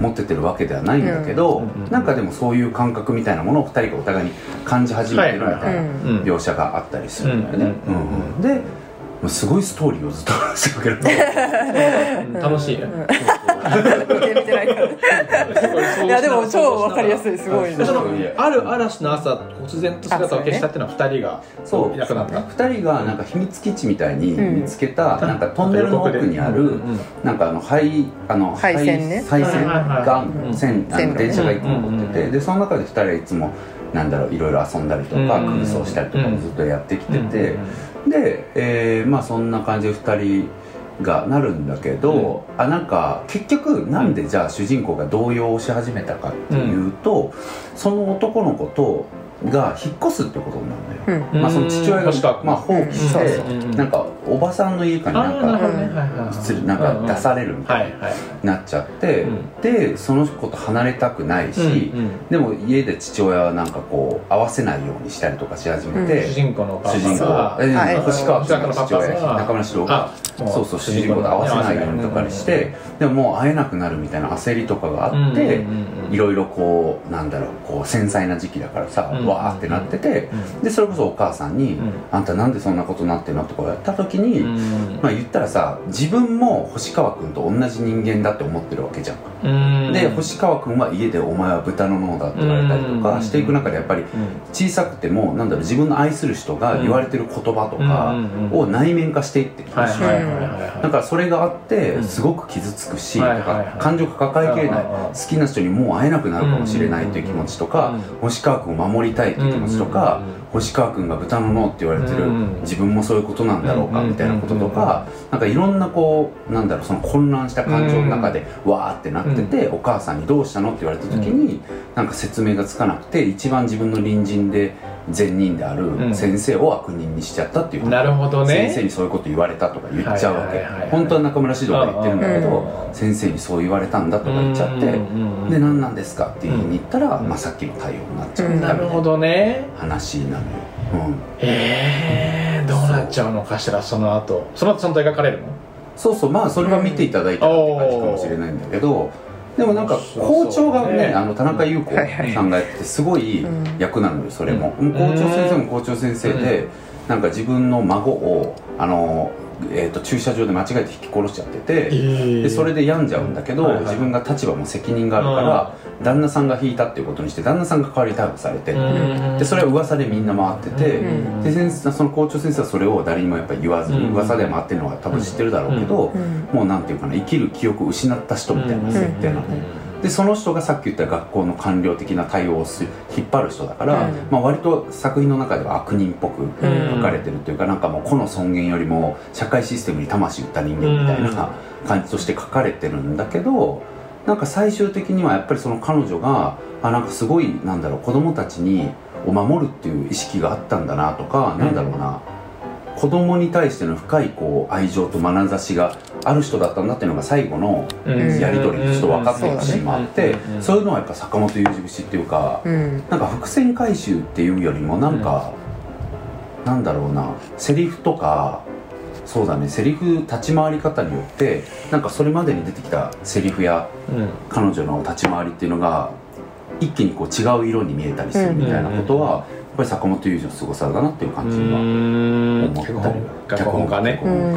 Speaker 3: 持っててるわけではないんだけど、
Speaker 2: うんうんうん
Speaker 3: なんかでもそういう感覚みたいなものを2人がお互いに感じ始めてるみ
Speaker 2: はいは
Speaker 3: た
Speaker 2: い
Speaker 3: い
Speaker 2: は
Speaker 3: な
Speaker 2: うん
Speaker 3: 描写があったりするんだよね。
Speaker 2: う
Speaker 3: うんん
Speaker 2: うんうん
Speaker 3: うんでもうすごいストーリーをずっと話してるけど
Speaker 2: うん楽しいね
Speaker 4: 見て見てないからいやでも超わかりやすいすごい
Speaker 2: で
Speaker 4: な
Speaker 2: その
Speaker 3: うん
Speaker 2: ある嵐の朝突然と姿を消したっていうのは二人が
Speaker 3: そう
Speaker 2: いなくなった
Speaker 3: 2人がなんか秘密基地みたいに
Speaker 4: うん
Speaker 3: 見つけた、なんかトンネルの奥にある、
Speaker 2: うんうん
Speaker 3: なんかあの廃あの
Speaker 4: 廃線ね
Speaker 3: 廃線
Speaker 2: はいはい
Speaker 3: が
Speaker 2: はい
Speaker 3: うん線あ
Speaker 4: 線
Speaker 3: の
Speaker 4: 路ね
Speaker 3: 電車が一個残って
Speaker 2: うんうんうん
Speaker 3: てでその中で2人はいつもなんだろういろいろ遊んだりとか
Speaker 2: うんうんうん
Speaker 3: 空想したりとかもずっとやってきてて
Speaker 2: うん
Speaker 3: で、えーまあそんな感じで2人がなるんだけど、あなんか結局なんでじゃあ主人公が動揺し始めたかっていうと、その男の子とが引っ越すってことになるのよ。
Speaker 4: うん
Speaker 2: うん
Speaker 3: まあ、その父親
Speaker 2: うん確
Speaker 3: が
Speaker 2: か、
Speaker 3: まあ、放棄し
Speaker 4: うん
Speaker 3: て
Speaker 4: そうそう
Speaker 2: うん
Speaker 3: なんかおばさんの家かに
Speaker 2: あ
Speaker 3: な
Speaker 2: ー
Speaker 3: ん
Speaker 2: なるほ
Speaker 3: か
Speaker 2: どねはいはいはい
Speaker 3: するなんか出されるみたいな
Speaker 2: はいはい
Speaker 3: なっちゃって、
Speaker 2: うん
Speaker 3: でその子と離れたくないし、
Speaker 2: うんうん
Speaker 3: でも家で父親はなんかこう合わせないようにしたりとかし始めて、
Speaker 2: 主人公のお母
Speaker 3: 主
Speaker 2: さ
Speaker 3: 人
Speaker 2: ん
Speaker 3: 公
Speaker 2: が
Speaker 3: え
Speaker 4: はい
Speaker 3: ー星川君の父親
Speaker 2: 星川君のパパが
Speaker 3: 中村獅童が
Speaker 2: あもう
Speaker 3: そうそう主人公と合わせないようにとかにして、でももう会えなくなるみたいな焦りとかがあって、
Speaker 2: うんうんうん
Speaker 3: いろいろこうなんだろうこう繊細な時期だからさ、
Speaker 2: うん
Speaker 3: わーってなってて、
Speaker 2: う
Speaker 3: でそれこそお母さんに「
Speaker 2: うん
Speaker 3: あんたなんでそんなことなってんの?」とかやった時に、
Speaker 2: うん
Speaker 3: まあ言ったらさ自分も星川君と同じ人間だって思ってるわけじゃん、
Speaker 2: うん
Speaker 3: で星川君は家で「お前は豚の脳だ」って言われたりと
Speaker 2: うん
Speaker 3: かしていく中でやっぱり
Speaker 2: うん
Speaker 3: 小さくてもなんだろう自分の愛する人が言われてる言葉とかを内面化していってるし、
Speaker 2: はいはいはい
Speaker 3: な
Speaker 2: は
Speaker 3: んかそれがあって
Speaker 2: うん
Speaker 3: すごく傷つくし、
Speaker 2: はい
Speaker 3: と
Speaker 2: はいはい
Speaker 3: か感情が抱えきれない、
Speaker 2: うんうんうん
Speaker 3: 好きな人にもう会えなくなるかもしれないという気持ちとか、
Speaker 2: うん
Speaker 3: 星川君を守りたいという気持ちとか
Speaker 2: うんうんうん、
Speaker 3: 星川君が豚の脳って言われてる、
Speaker 2: うん
Speaker 3: 自分もそういうことなんだろうか
Speaker 2: うん
Speaker 3: みたいなこととか、なんかいろんなこうなんだろうその混乱した感情の中で、わーってなってて、お母さんに「どうしたの?」って言われた時に、なんか説明がつかなくて一番自分の隣人で善人であ
Speaker 2: ん
Speaker 3: る先生を悪人にしちゃったっていう、
Speaker 2: なるほどね
Speaker 3: 先生にそういうこと言われたとか言っちゃうわけ、
Speaker 2: はいはいはいはい
Speaker 3: 本当は中村獅童が言ってるんだけ
Speaker 2: うん
Speaker 3: ど
Speaker 2: うんうん
Speaker 3: 先生にそう言われたんだとか言っちゃって、
Speaker 2: うんうん
Speaker 3: で何なんですかって言いに行ったら、
Speaker 2: うん
Speaker 3: まあ、さっきの対応になっちゃう
Speaker 4: うん
Speaker 3: みた
Speaker 2: ないる
Speaker 3: な
Speaker 2: ほどね
Speaker 3: 話なのよ、うん、
Speaker 2: えー、どうなっちゃうのかしらその後その後その体が枯れるの
Speaker 3: そうそうまあそれは見ていただいたらって感じかもしれないんだけどでもなんか校長が
Speaker 2: そうそう
Speaker 3: ね
Speaker 2: ね
Speaker 3: あの田中優子
Speaker 4: はいは
Speaker 3: さんがやっててすごい
Speaker 4: うん
Speaker 3: 役なのよそれも、
Speaker 2: ん
Speaker 3: 校長先生も校長先生で、なんか自分の孫をあの、えー、と駐車場で間違えて引き殺しちゃってて、
Speaker 2: で
Speaker 3: でそれで病んじゃうんだけど、
Speaker 2: はいはい
Speaker 3: 自分が立場も責任があるから、旦那さんが引いたっていうことにして旦那さんが代わりに逮捕されて、でそれは噂でみんな回ってて、
Speaker 4: うん
Speaker 3: で先生その校長先生はそれを誰にもやっぱり言わずに、
Speaker 2: うん
Speaker 3: 噂で回ってるのは多分知ってるだろうけど、
Speaker 4: うん
Speaker 3: もうなんていうかな生きる記憶を失った人みたいな設定なのね、でその人がさっき言った学校の官僚的な対応をす引っ張る人だから、
Speaker 4: うん
Speaker 3: まあ、割と作品の中では悪人っぽく
Speaker 4: ん
Speaker 3: 書かれてるというか、なんかもう個の尊厳よりも社会システムに魂売った人間みたいな感じとして書かれてるんだけどなんか最終的にはやっぱりその彼女があなんかすごいなんだろう子供たちにを守るっていう意識があったんだなとか、なんだろうな子供に対しての深いこう愛情と眼差しがある人だったんだっていうのが最後の
Speaker 4: うん
Speaker 3: やり取りでちょっと分かって
Speaker 4: る
Speaker 3: るシーンもあってそういうのはやっぱ坂本雄二節っていうか
Speaker 4: うん
Speaker 3: なんか伏線回収っていうよりもなんか、なんだろうなセリフとかそうだねセリフ立ち回り方によってなんかそれまでに出てきたセリフや彼女の立ち回りっていうのが一気にこう違う色に見えたりするみたいなことは、やっぱり坂本雄二の凄さだなっていう感じは思ったりは
Speaker 2: 脚本家ね
Speaker 3: 脚
Speaker 4: う
Speaker 3: 本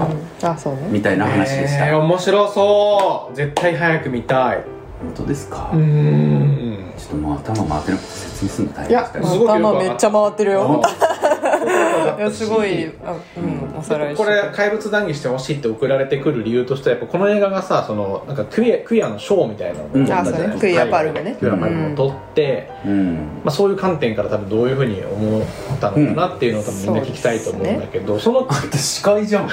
Speaker 3: 家
Speaker 4: んあそうね
Speaker 3: みたいな話でした、
Speaker 2: えー面白そう絶対早く見たい
Speaker 3: 本当ですか、
Speaker 2: ん
Speaker 3: ちょっともう頭回ってなくて説明するの大変
Speaker 4: い
Speaker 3: で
Speaker 4: や
Speaker 3: すからね
Speaker 2: すごいよくわか
Speaker 4: 頭めっちゃ回ってるよいや すごい
Speaker 2: ち
Speaker 4: あうんおさ
Speaker 2: ょ
Speaker 4: ら
Speaker 2: っ
Speaker 4: い
Speaker 2: と
Speaker 4: して
Speaker 2: これ怪物談義してほしいって送られてくる理由としてはやっぱこの映画がさそのなんかクイアクイアのショーみたいなのを
Speaker 3: うん
Speaker 4: あそうねクイアパルムね
Speaker 2: クイアパルムを撮って、
Speaker 3: うん
Speaker 2: まあ、そういう観点から多分どういうふうに思ったのかなっていうのを多分みんな聞きたいと思うんだけど、そ の
Speaker 3: って司会 じゃん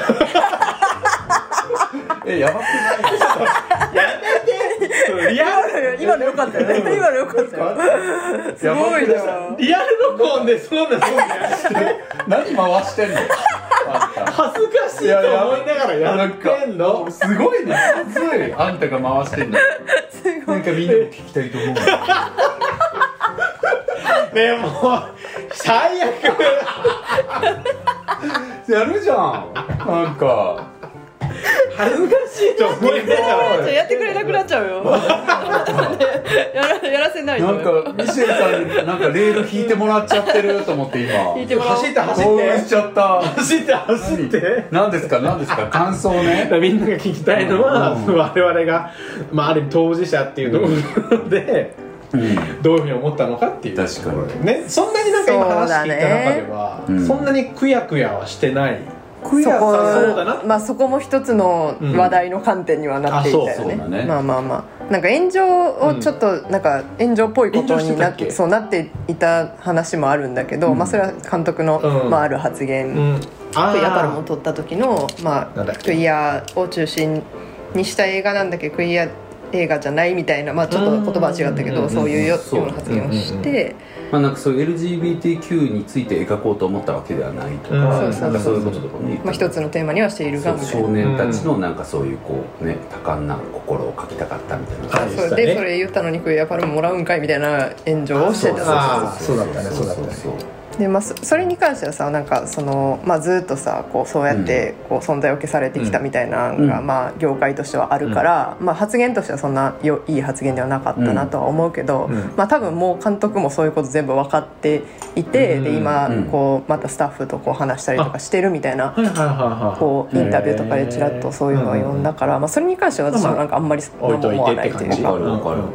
Speaker 3: えやばくないですか
Speaker 2: リアル
Speaker 4: 今の良かったよね今の良かったよすごいな
Speaker 2: リアル録音でそんなそんな
Speaker 3: 何回してんのあんた
Speaker 2: 恥ずかしいと思いながらやってんの
Speaker 3: すごいねまずいあんたが回してんのなんかみんなも聞きたいと思う
Speaker 2: でも最悪
Speaker 3: やるじゃんなんか
Speaker 2: 恥ずかしいと思いながら
Speaker 4: ちょやってくれなくなっちゃうよ やらやらせないと
Speaker 3: なんかミシェルさんになんかレール引いてもらっちゃってると思って今
Speaker 4: 聞いてもらおう
Speaker 2: 走って走っ
Speaker 3: 興奮してちゃった
Speaker 2: 走って走って
Speaker 3: 何ですか何ですか感想ね
Speaker 2: みんなが聞きたいのは、
Speaker 3: うん
Speaker 2: 我々が、まあ、ある意味当事者っていうので、
Speaker 3: うん
Speaker 2: どういうふうに思ったのかっていう
Speaker 3: 確かに
Speaker 2: ね、そんなになんか今
Speaker 4: そう
Speaker 2: 話
Speaker 4: だ
Speaker 2: 聞い
Speaker 4: ね
Speaker 2: た中ではそ,、
Speaker 3: うん
Speaker 2: んなにくやくやはしてない、
Speaker 4: そこ
Speaker 2: そうだな
Speaker 4: まあそこも一つの話題の観点にはなっていたよ
Speaker 3: うん
Speaker 4: ね,、
Speaker 3: あそうそうだね
Speaker 4: まあまあまあなんか炎上をちょっとなんか炎上っぽいことにな
Speaker 2: 炎上してた
Speaker 4: っ
Speaker 2: っけ
Speaker 4: そうなっていた話もあるんだけど、
Speaker 3: うん
Speaker 4: まあそれは監督の、
Speaker 2: うん
Speaker 4: まあ、ある発
Speaker 2: う
Speaker 4: 言、
Speaker 2: ん、あ
Speaker 4: クイアパルムを
Speaker 2: ー
Speaker 4: 撮った時の、ま
Speaker 2: な
Speaker 4: あ
Speaker 2: んだっ、け
Speaker 4: クイアを中心にした映画なんだけどクイア映画じゃないみたいな、まあ、ちょっと言葉は違
Speaker 2: うんう
Speaker 4: ったけ
Speaker 2: んうんう
Speaker 4: ど
Speaker 2: ん
Speaker 4: そういうよ
Speaker 3: そう
Speaker 4: ような発言をして、
Speaker 3: まあなんかそういう LGBTQ について描こうと思ったわけではないとか、
Speaker 2: うん
Speaker 3: なんかそういうこととかね、
Speaker 4: まあ、一つのテーマにはしている
Speaker 3: そ
Speaker 4: が
Speaker 3: う
Speaker 4: みたい
Speaker 3: 少
Speaker 4: な。
Speaker 3: 年たちのなんかそういうこうね多感な心を描きたかったみたいな
Speaker 2: あ
Speaker 4: それ
Speaker 2: そうだ
Speaker 4: で
Speaker 2: ね
Speaker 4: それ言ったのにクイアパルムもらうんかいみたいな炎上をしてた
Speaker 2: あーそうだったねそうだったね
Speaker 3: そう
Speaker 4: で、まあ、そそれに関してはさなんかその、まあ、ずっとさこうそうやってこう存在を消されてきたみたいなのが、
Speaker 3: うん
Speaker 4: まあ、業界としてはあるから、まあ、発言としてはそんなよいい発言ではなかったなとは思うけど、
Speaker 2: うん
Speaker 4: まあ、多分もう監督もそういうこと全部分かっていて、
Speaker 2: うん
Speaker 4: で今
Speaker 3: うん
Speaker 4: こうまたスタッフとこう話したりとかしてるみたいな。
Speaker 2: はいはいはいはい
Speaker 4: こうインタビューとかでちらっとそういうのを読んだから、まあ、それに関しては私はなんかあんまり
Speaker 2: 置い
Speaker 4: 何も
Speaker 2: とい
Speaker 4: 思
Speaker 2: て
Speaker 4: わ
Speaker 2: っ
Speaker 4: な
Speaker 2: て
Speaker 4: いと
Speaker 2: 感
Speaker 4: い
Speaker 2: じ
Speaker 4: うか
Speaker 3: わかるわかる
Speaker 2: うんうんうん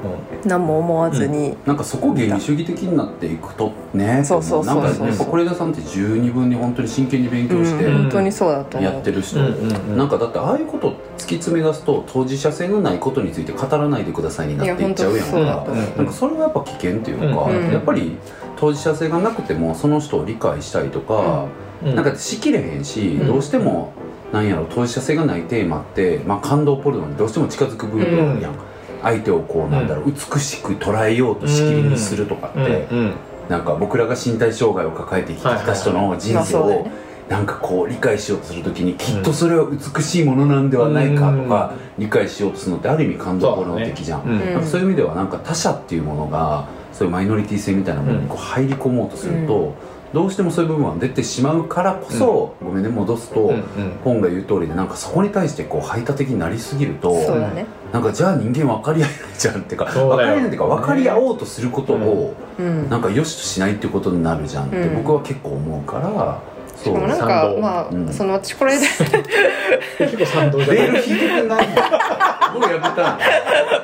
Speaker 4: 何も思わずに
Speaker 3: なんかそこを原理主義的になっていくとね
Speaker 4: そうそうそう
Speaker 3: なんか
Speaker 4: そう
Speaker 3: やっぱ
Speaker 4: そう
Speaker 3: 是枝さんって十二分に本当に真剣に勉強し
Speaker 4: うん
Speaker 3: て
Speaker 4: 本当にそうだと思う
Speaker 3: やってる人、
Speaker 2: うんうんうん
Speaker 3: なんかだってああいうこと突き詰め出すと当事者性のないことについて語らないでくださいになっていっちゃうやんか
Speaker 4: いや本当そうだと
Speaker 2: 思う
Speaker 3: なんかそれはやっぱ危険っていうか、
Speaker 4: うん
Speaker 3: やっぱり当事者性がなくてもその人を理解したいとか、
Speaker 2: うん
Speaker 3: なんかしきれへんし、
Speaker 2: うん
Speaker 3: どうしてもなんやろ当事者性がないテーマって、まあ、感動ポルノにどうしても近づく部分やん、相手をこうなんだろう、美しく捉えようとしきりにするとかって、
Speaker 2: うんうん
Speaker 3: なんか僕らが身体障害を抱えて生きてきた人の人生
Speaker 4: はいはいはい
Speaker 3: をなんかこう理解しようとするときにきっとそれは美しいものなんではないかとか理解しようとするのってある意味感動ポルノ的じゃん
Speaker 2: う。ん
Speaker 4: うん
Speaker 3: なんかそういう意味ではなんか他者っていうものがそういうマイノリティ性みたいなものにこう入り込もうとすると、どうしてもそういう部分は出てしまうからこそ、ごめんね戻すと、
Speaker 2: うんうん
Speaker 3: 本が言う通りでなんかそこに対してこう排他的になりすぎると
Speaker 4: そうだね
Speaker 3: なんかじゃあ人間分かり合えないじゃんっていうか
Speaker 2: そう
Speaker 3: 分
Speaker 2: だ
Speaker 3: か
Speaker 2: よ
Speaker 3: り合えないっていうか分かり合おうとすることを、
Speaker 4: うん
Speaker 3: なんかよしとしないっていうことになるじゃんって、
Speaker 4: うん
Speaker 3: 僕は結構思うから
Speaker 4: で
Speaker 3: そ
Speaker 4: もなん
Speaker 3: う
Speaker 2: 賛
Speaker 4: か
Speaker 2: 同
Speaker 4: ま
Speaker 3: うん
Speaker 4: あその私これで
Speaker 2: 結構賛同じゃ
Speaker 3: レー
Speaker 2: な
Speaker 3: ル
Speaker 2: い
Speaker 3: 引いてくんないもうやめた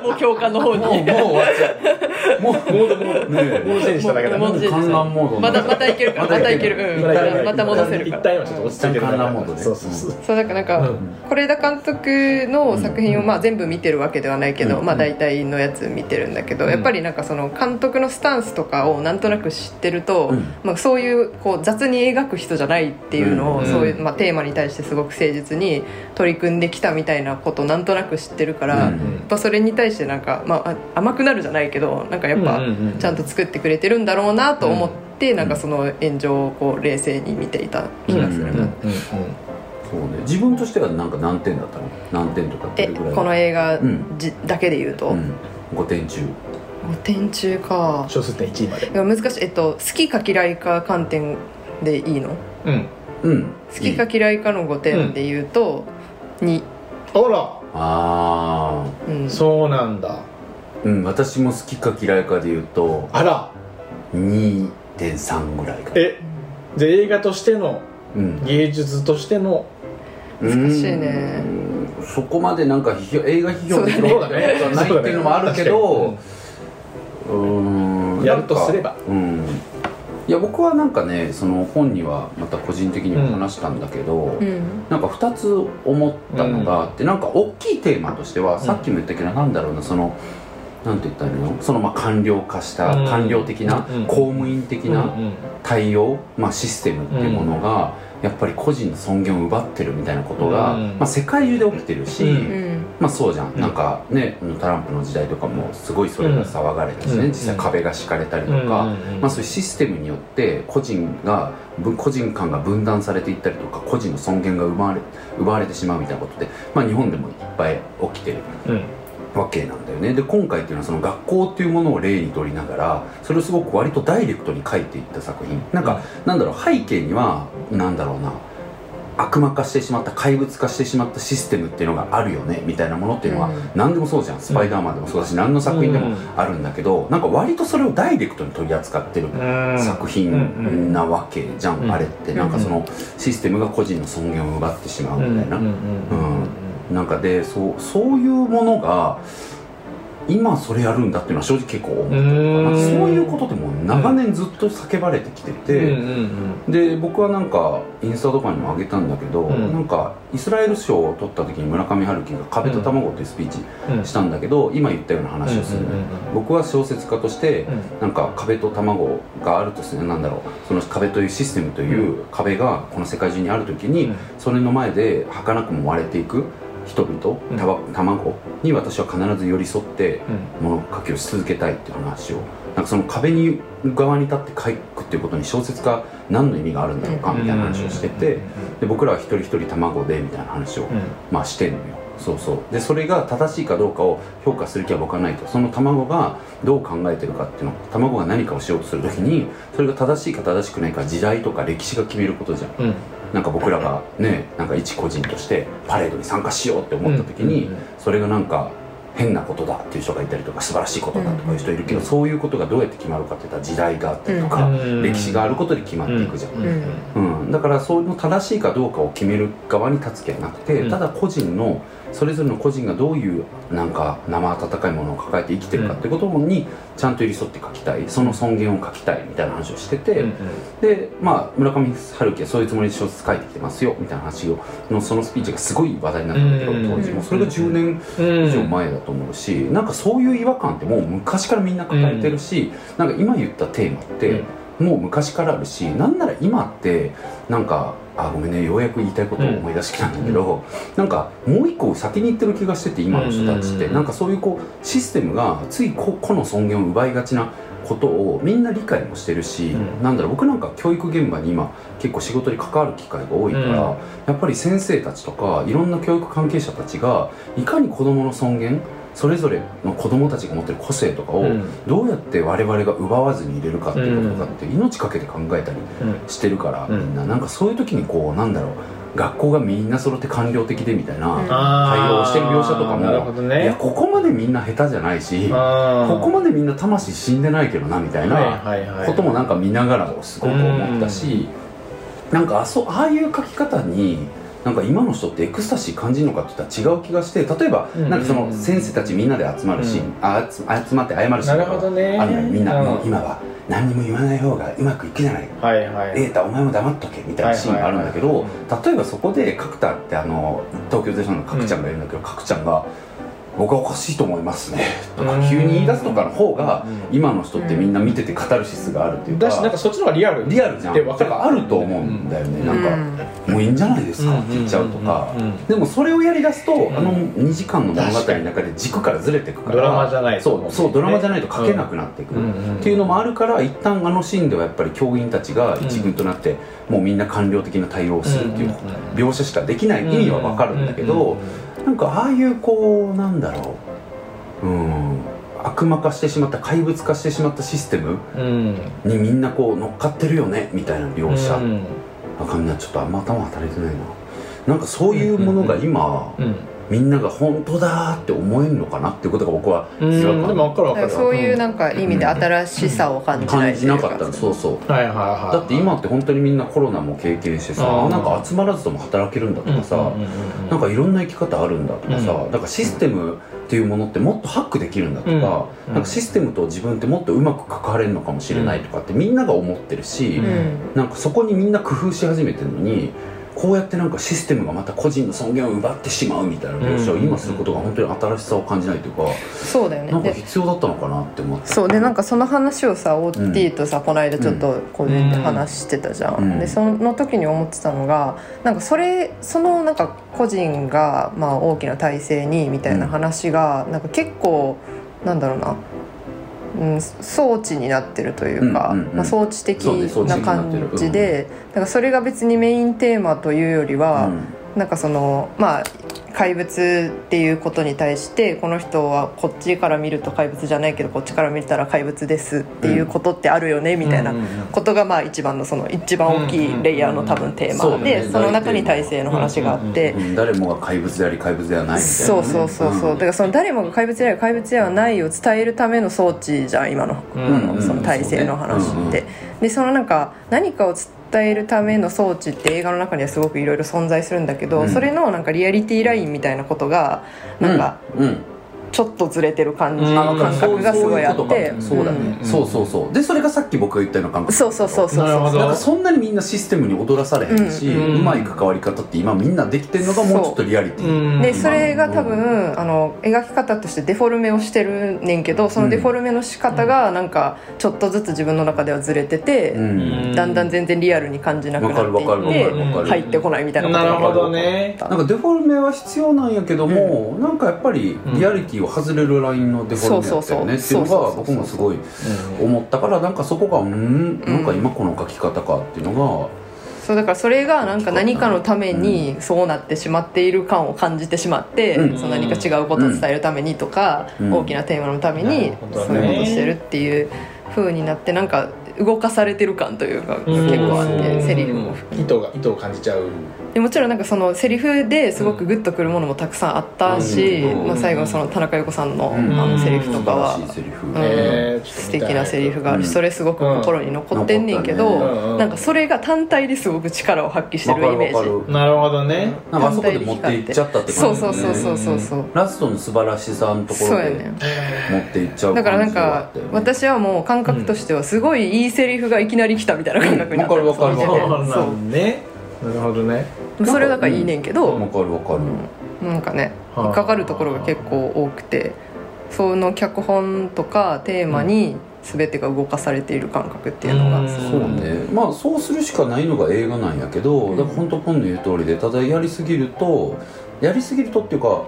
Speaker 4: もう共感の
Speaker 3: も
Speaker 4: 方
Speaker 3: う もう終わっちゃうもうもうね
Speaker 2: もう
Speaker 3: え
Speaker 2: 選手だ から
Speaker 4: もうもう
Speaker 3: 観覧モードにな
Speaker 4: ま
Speaker 3: る
Speaker 4: たまたいけるからまたいけるうん
Speaker 2: ま
Speaker 4: ま
Speaker 2: た
Speaker 4: たまた戻せるか
Speaker 2: 一
Speaker 4: ら
Speaker 2: 旦はちょっと落ち着いてるから
Speaker 3: 一旦観覧モードで
Speaker 2: そうそうそう
Speaker 4: そうだからなんか、
Speaker 2: うん
Speaker 4: 是枝監督の作品をまあ全部見てるわけではないけど、
Speaker 3: うん
Speaker 4: まあ、大体のやつ見てるんだけど、
Speaker 2: うん
Speaker 4: やっぱりなんかその監督のスタンスとかをなんとなく知ってると、
Speaker 3: うん
Speaker 4: まあ、そういうこう雑に描く人じゃないっていうのを、
Speaker 2: うん
Speaker 4: そういうまあ、テーマに対してすごく誠実に取り組んできたみたいなことをなんとなく知ってるから、
Speaker 3: うん
Speaker 4: やっぱそれに対してなんか、まああ、甘くなるじゃないけどなんかやっぱ
Speaker 2: うんうんうん
Speaker 4: ちゃんと作ってくれてるんだろうなと思って、なんかその炎上をこう冷静に見ていた気がするな。
Speaker 3: うんうん
Speaker 2: うん
Speaker 3: そうね自分としてはなんか何点だったの何点とかって
Speaker 4: え
Speaker 3: どれぐらい
Speaker 4: この映画
Speaker 3: うん
Speaker 4: じ、だけで言うと、
Speaker 3: うん5点中
Speaker 4: 5点中か
Speaker 2: 小数点1位まで
Speaker 4: いや難しいえっと好きか嫌いか観点でいいの
Speaker 2: うん
Speaker 3: うん
Speaker 4: 好きか嫌いかの5点で言うと、2
Speaker 2: あら
Speaker 3: ああ
Speaker 4: うん
Speaker 2: そうなんだ
Speaker 3: うん私も好きか嫌いかで言うと
Speaker 2: あら
Speaker 3: 2.3ぐらいか
Speaker 2: えじゃあ映画としての
Speaker 3: うん
Speaker 2: 芸術としての
Speaker 4: 難しいね
Speaker 3: うんそこまでなんか批評映画批評できる
Speaker 2: そう
Speaker 3: こと
Speaker 2: だ
Speaker 3: は
Speaker 2: ね
Speaker 3: ないっていうのもあるけどうん
Speaker 2: やるとすれば
Speaker 3: うんいや僕はなんかねその本にはまた個人的にも話したんだけど、
Speaker 4: うん
Speaker 3: なんか2つ思ったのがあって、なんか大きいテーマとしてはさっきも言ったけど、なんだろうなそのなんて言ったらいいのそのまあ官僚化した、
Speaker 2: うん
Speaker 3: 官僚的な、
Speaker 2: うん
Speaker 3: 公務員的
Speaker 2: うんう
Speaker 3: なん対応、まあ、システムっていうものが、やっぱり個人の尊厳を奪ってるみたいなことが、
Speaker 2: うん
Speaker 3: まあ、世界中で起きてるし、
Speaker 2: うん
Speaker 4: うん
Speaker 3: まあそうじゃん、
Speaker 2: うん
Speaker 3: なんかねトランプの時代とかもすごいそれが騒がれたしね、
Speaker 2: うん
Speaker 3: 実際壁が敷かれたりとか、
Speaker 2: うんうん
Speaker 3: まあ、そういうシステムによって個人がぶ個人間が分断されていったりとか個人の尊厳が奪われ奪われてしまうみたいなことって、まあ、日本でもいっぱい起きてる
Speaker 2: うん
Speaker 3: わけなんだよねで今回っていうのはその学校っていうものを例にとりながらそれをすごく割とダイレクトに書いていった作品なんか、なんだろう背景にはなんだろうな悪魔化してしまった怪物化してしまったシステムっていうのがあるよねみたいなものっていうのは、
Speaker 4: うん
Speaker 3: 何でもそうじゃんスパイダーマンでもそうだし、何の作品で
Speaker 2: うん
Speaker 3: もあるんだけど、なんか割とそれをダイレクトに取り扱ってる
Speaker 2: うん
Speaker 3: 作
Speaker 2: うん
Speaker 4: う
Speaker 3: 品
Speaker 4: ん
Speaker 3: なわけじゃん、
Speaker 2: うん
Speaker 3: あれってなんかそのシステムが個人の尊厳を奪ってしまうみたいな、
Speaker 2: うんうんうん
Speaker 3: なんかでそうそういうものが今それやるんだっていうのは正直結構思う
Speaker 2: う
Speaker 3: なん
Speaker 2: ん
Speaker 3: かそういうことでもう長年ずっと叫ばれてきて
Speaker 2: うん
Speaker 3: て、で僕はなんかインスタとかにも上げたんだけど、
Speaker 2: うん
Speaker 3: なんかイスラエル賞を取った時に村上春樹が「壁と卵」っていうスピーチ
Speaker 2: うんうん
Speaker 3: したんだけど、今言ったような話をするのよ、僕は小説家として、
Speaker 2: う
Speaker 3: な
Speaker 2: ん
Speaker 3: んか壁と卵があるとですねなんだろうその壁というシステムという壁がこの世界中にある時に、
Speaker 2: うん
Speaker 3: それの前で儚くも割れていく人々
Speaker 2: うん
Speaker 3: たば卵に私は必ず寄り添って
Speaker 2: うん
Speaker 3: 物書きをし続けたいっていう話をなんかその壁に側に立って書くっていうことに小説家何の意味があるんだろうかみたいな話をしててで僕らは一人一人卵でみたいな話を、まあ、してんのよそうそうでそれが正しいかどうかを評価する気は僕はないとその卵がどう考えてるかっていうの卵が何かをしようとするときにそれが正しいか正しくないか時代とか歴史が決めることじゃん
Speaker 2: うんうん
Speaker 3: なんか僕らがねなんか一個人としてパレードに参加しようって思った時に、
Speaker 2: うんうんうん
Speaker 3: それがなんか変なことだっていう人がいたりとか素晴らしいことだとかいう人いるけど、そういうことがどうやって決まるかっていったら時代があったりとか、
Speaker 2: うん
Speaker 3: 歴史があることで決まっていくじゃん、
Speaker 2: うんうん
Speaker 3: うん、だからその正しいかどうかを決める側に立つ気はなくて、
Speaker 2: うん
Speaker 3: ただ個人のそれぞれの個人がどういうなんか生温かいものを抱えて生きてるかってことにちゃんと寄り添って書きたいその尊厳を書きたいみたいな話をしてて、で、まあ、村上春樹はそういうつもりで小説書いてきてますよみたいな話をのそのスピーチがすごい話題になったんだけど、
Speaker 2: うん
Speaker 3: 当時もそれが10年
Speaker 2: うん
Speaker 3: 以上前だと思うし、なんかそういう違和感ってもう昔からみんな抱えてるし、なんか今言ったテーマってもう昔からあるし、なんなら今ってなんかあごめんねようやく言いたいことを思い出してきたんだけど、なんかもう一個先に行ってる気がしてて今の人たちって、
Speaker 2: うん
Speaker 3: なんかそういうこうシステムがつい個個の尊厳を奪いがちなことをみんな理解もしてるし、
Speaker 2: うん
Speaker 3: なんだろう僕なんか教育現場に今結構仕事に関わる機会が多いから、
Speaker 2: うん
Speaker 3: やっぱり先生たちとかいろんな教育関係者たちがいかに子どもの尊厳それぞれの子どもたちが持ってる個性とかを
Speaker 2: うん
Speaker 3: どうやって我々が奪わずに入れるかっていうこととかって命かけて考えたりしてるから、
Speaker 2: うん
Speaker 3: みんななんかそういう時にこうなんだろう学校がみんな揃って官僚的でみたいな、
Speaker 4: うん
Speaker 2: あー
Speaker 3: 対応してる描写とかも
Speaker 2: なるほどね
Speaker 3: いやここまでみんな下手じゃないし、こ
Speaker 2: こ
Speaker 3: こまでみんな魂死んでないけどなみたいな。こともなんか見ながらすごく思ったし、なんかあそうああいう書き方になんか今の人ってエクスタシー感じるのかって言ったら違う気がして例えば、
Speaker 2: うん
Speaker 3: なんかその先生たちみんなで集まるシーン、あ集集まって謝るシーン
Speaker 2: なるほどね
Speaker 3: あるのよみんな、
Speaker 2: うん
Speaker 3: もう今は何にも言わない方がうまくいくじゃないか。
Speaker 2: はいはい
Speaker 3: 瑛太お前も黙っとけみたいなシーンがあるんだけど、
Speaker 2: はいはい
Speaker 3: 例えばそこで角田ってあの東京ゼロの角ちゃんがいるんだけど、角ちゃんが「僕はおかしいと思いますね」とか急に言い出すとかの方が
Speaker 2: うん
Speaker 3: 今の人ってみんな見ててカタルシスがあるっていうか
Speaker 2: だしなんかそっちの方がリアル
Speaker 3: リアルじゃん
Speaker 2: で分か
Speaker 3: だから
Speaker 2: る
Speaker 3: あると思うんだよね、なんか「もういいんじゃないですか」って言っちゃうとか。
Speaker 2: うんうんうんうん
Speaker 3: でもそれをやりだすと、
Speaker 2: ん
Speaker 3: あの2時間の物語の中で軸からずれていくから
Speaker 2: ドラマじゃない
Speaker 3: そうそうドラマじゃないと書けな
Speaker 2: く
Speaker 3: くなっていく、
Speaker 2: うんうんうん
Speaker 3: っていうのもあるから一旦あのシーンではやっぱり教員たちが一軍となって、もうみんな官僚的な対応をするっていう
Speaker 2: うんうんうん
Speaker 3: 描写しかできない意味は分かるんだけど、
Speaker 2: うんうんうん
Speaker 3: なんかああいうこうなんだろううん悪魔化してしまった怪物化してしまったシステム
Speaker 2: うん
Speaker 3: にみんなこう乗っかってるよねみたいな描写、
Speaker 2: うん
Speaker 3: あかんなちょっとあんま頭働いてないななんかそういうものが今、
Speaker 2: うん
Speaker 3: みんなが本当だーって思えるのかなっていうことが僕は
Speaker 2: うん
Speaker 3: 違和
Speaker 2: で
Speaker 3: 感
Speaker 2: も分かる分か
Speaker 4: だから
Speaker 2: る
Speaker 4: そういうなんか意味で新しさを感じな
Speaker 3: 感
Speaker 4: いと
Speaker 3: じ
Speaker 4: い
Speaker 3: な
Speaker 4: う
Speaker 3: かったのそうそう
Speaker 2: はいはいはい
Speaker 3: だって今って本当にみんなコロナも経験してさ
Speaker 2: うん
Speaker 3: なんか集まらずとも働けるんだとかさ、
Speaker 2: うんうんうんうん
Speaker 3: なんかいろんな生き方あるんだとかさ、
Speaker 2: う
Speaker 3: だからシステムっていうものってもっとハックできるんだとか,、
Speaker 2: うん
Speaker 3: なんかシステムと自分ってもっとうまく関われるのかもしれないとかってみんなが思ってるし、
Speaker 2: うん
Speaker 3: なんかそこにみんな工夫し始めてるのにこうやってなんかシステムがまた個人の尊厳を奪ってしまうみたいな描写を今することが本当に新しさを感じないというか、
Speaker 4: そうだよ
Speaker 3: なん
Speaker 4: ね
Speaker 3: か
Speaker 4: で
Speaker 3: 必要だったのかなって思って。
Speaker 4: そうでなんかその話をさ OT とさ、この間ちょっとこう
Speaker 2: うん
Speaker 4: 話してたじゃん、
Speaker 3: うん
Speaker 4: でその時に思ってたのがなんかそれそのなんか個人がまあ大きな体制にみたいな話がなんか結構なんだろうな、うん、装置になってるというか、
Speaker 3: うんうんうん
Speaker 4: まあ、装置的
Speaker 3: そうね装置的
Speaker 4: な
Speaker 3: になってる
Speaker 4: 感じでなんかそれが別にメインテーマというよりは、
Speaker 3: うん
Speaker 4: なんかそのまあ怪物っていうことに対してこの人はこっちから見ると怪物じゃないけどこっちから見たら怪物ですっていうことってあるよね、みたいな
Speaker 2: うんうんうん
Speaker 4: ことがまあ一番のその一番大きいレイヤーの多分テー
Speaker 3: うんうんうんそうだ
Speaker 4: マで、
Speaker 3: ね
Speaker 4: その中に体制の話があって、
Speaker 3: うん誰もが怪物であり怪物ではないみたいなね、
Speaker 4: そうそうそうそう、だからその誰もが怪物である怪物ではないを伝えるための装置じゃん今の,、
Speaker 2: うん
Speaker 4: あのその体制の話
Speaker 3: うんうん
Speaker 4: って、でそのなんか何かを伝えるための装置って映画の中にはすごくいろいろ存在するんだけど、
Speaker 3: うん
Speaker 4: それのなんかリアリティラインみたいなことがなんか
Speaker 3: うんうん
Speaker 4: ちょっとずれてる感じ
Speaker 2: うん
Speaker 4: の感
Speaker 3: そう
Speaker 4: 覚がすごいあ
Speaker 3: そ
Speaker 4: っ
Speaker 3: うい
Speaker 4: て
Speaker 3: うことかそうだね、
Speaker 2: うん
Speaker 3: そうそうそうでそれがさっき僕が言ったような感覚
Speaker 4: そうそうそうそう
Speaker 2: なるほ
Speaker 4: そ
Speaker 2: ど
Speaker 4: う
Speaker 3: だからそんなにみんなシステムに踊らされへんし、う
Speaker 2: うん
Speaker 3: まい関わり方って今みんなできてるのがもうちょっとリアリティ、
Speaker 2: うん
Speaker 4: で
Speaker 3: 今
Speaker 4: それが多分あの描き方としてデフォルメをしてるねんけどそのデフォルメの仕方がなんかちょっとずつ自分の中ではずれてて、
Speaker 3: うん
Speaker 4: だんだん全然リアルに感じなくなって
Speaker 3: わかるわか
Speaker 4: い
Speaker 3: るわか
Speaker 4: って
Speaker 3: るわかる
Speaker 4: 入ってこないみたいなこと
Speaker 2: なる
Speaker 4: が
Speaker 2: ほどね
Speaker 3: なんかデフォルメは必要なんやけども、なんかやっぱりリアリティを外れるラインのデフォルメだったよねっていうのが僕もすごい思ったからなんかそこがうんなんか今この書き方かっていうの
Speaker 4: そうだからそれがなんか何かのためにそうなってしまっている感を感じてしまって、
Speaker 3: うん
Speaker 4: その何か違うことを伝えるためにとか、
Speaker 3: うん
Speaker 4: 大きなテーマのために
Speaker 2: なるほどね
Speaker 4: そういうことをしてるっていう風になってなんか動かされてる感というか、
Speaker 2: うん
Speaker 4: 結構あっ
Speaker 2: うん
Speaker 4: てセリフも含め
Speaker 2: 意図が意図を感じちゃう
Speaker 3: が、
Speaker 4: でもちろんなんかそのセリフですごくグッとくるものもたくさんあったし、
Speaker 3: うん
Speaker 4: まあ、最後のその田中陽子さんの,、
Speaker 3: うん
Speaker 4: あのセリフとかは
Speaker 3: 素晴らしいセリフ、
Speaker 4: ん
Speaker 2: えー
Speaker 4: 素敵なセリフがあるし、
Speaker 3: うん
Speaker 4: それすごく心に残ってんねんけど、
Speaker 3: うん残
Speaker 2: ったね
Speaker 4: なんかそれが単体ですごく力を発揮してるイメージ
Speaker 2: なるほどね
Speaker 3: なんかあそこで持っていっちゃったって感
Speaker 4: そう
Speaker 3: じ
Speaker 4: そうそうそうそうそう
Speaker 3: ラストの素晴らしさのとこ
Speaker 4: そ
Speaker 3: ろ
Speaker 4: うや
Speaker 3: で
Speaker 4: ねん
Speaker 3: 持っていっちゃう
Speaker 4: だからなん
Speaker 3: があ
Speaker 4: か
Speaker 3: ったよね
Speaker 4: 私はもう感覚としてはすごいいいセリフがいきなり来たみたいな感覚になって
Speaker 3: うんわかるわかる
Speaker 4: その時点
Speaker 2: そうな
Speaker 4: で
Speaker 2: んねなるほどね
Speaker 4: そうそれだからいいねんけど、
Speaker 3: わかるわかる、
Speaker 4: なんかね
Speaker 2: はあ
Speaker 4: 引っかかるところが結構多くてその脚本とかテーマに全てが動かされている感覚っていうの
Speaker 2: う
Speaker 4: が
Speaker 2: ん
Speaker 4: す
Speaker 3: そ
Speaker 4: ご
Speaker 3: うねまあそうするしかないのが映画なんやけど、
Speaker 4: うん
Speaker 3: だから本当ポンの言う通りでただやりすぎるとやりすぎるとっていうか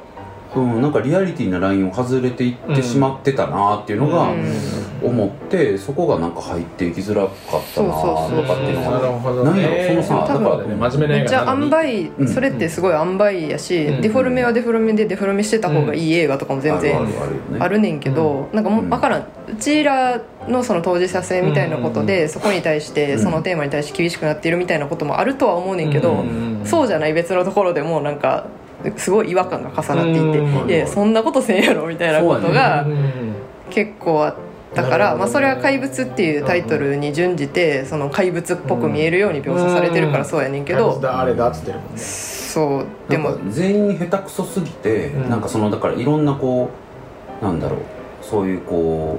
Speaker 3: うん、なんかリアリティなラインを外れていってしまってたなっていうのが
Speaker 4: うん
Speaker 3: 思って、そこがなんか入っていきづらかったな
Speaker 4: そうそうそう
Speaker 3: とかっていうの
Speaker 2: なる
Speaker 3: が
Speaker 2: ほどね
Speaker 3: なんやろそのさ
Speaker 2: 多分ね真面目な
Speaker 4: め
Speaker 2: 映
Speaker 4: っ
Speaker 2: 画
Speaker 4: ちゃ
Speaker 2: なの
Speaker 4: 塩
Speaker 2: に
Speaker 3: うん
Speaker 4: 梅それってすごい塩梅やし、
Speaker 2: うん
Speaker 4: デフォルメはデフォルメでデフォルメしてた方がいい映画とかも全
Speaker 3: ある
Speaker 4: 然
Speaker 3: あるあるよね
Speaker 4: あるねんけど、なんかもう分からんうちらのその当事者性みたいなことで、そこに対して
Speaker 3: うん
Speaker 4: そのテーマに対して厳しくなっているみたいなこともあるとは思うねんけど、
Speaker 2: うん
Speaker 4: そうじゃない別のところでもうなんかすごい違和感が重なっていて、
Speaker 2: うん
Speaker 4: いやそんなことせんやろみたいなことが
Speaker 2: うん
Speaker 4: 結構あったか
Speaker 2: なる
Speaker 4: ら、
Speaker 2: ほどね
Speaker 4: まあ、それは「怪物」っていうタイトルに準じてその怪物っぽく見えるように描写されてるからそうやねんけ
Speaker 2: 怪
Speaker 4: ど、
Speaker 2: 物だあれだっつってるもんね
Speaker 4: そうで
Speaker 3: で
Speaker 4: も
Speaker 3: も全員下手くそすぎて、
Speaker 2: うん
Speaker 3: なんかそのだからいろんなこうなんだろうそういうこ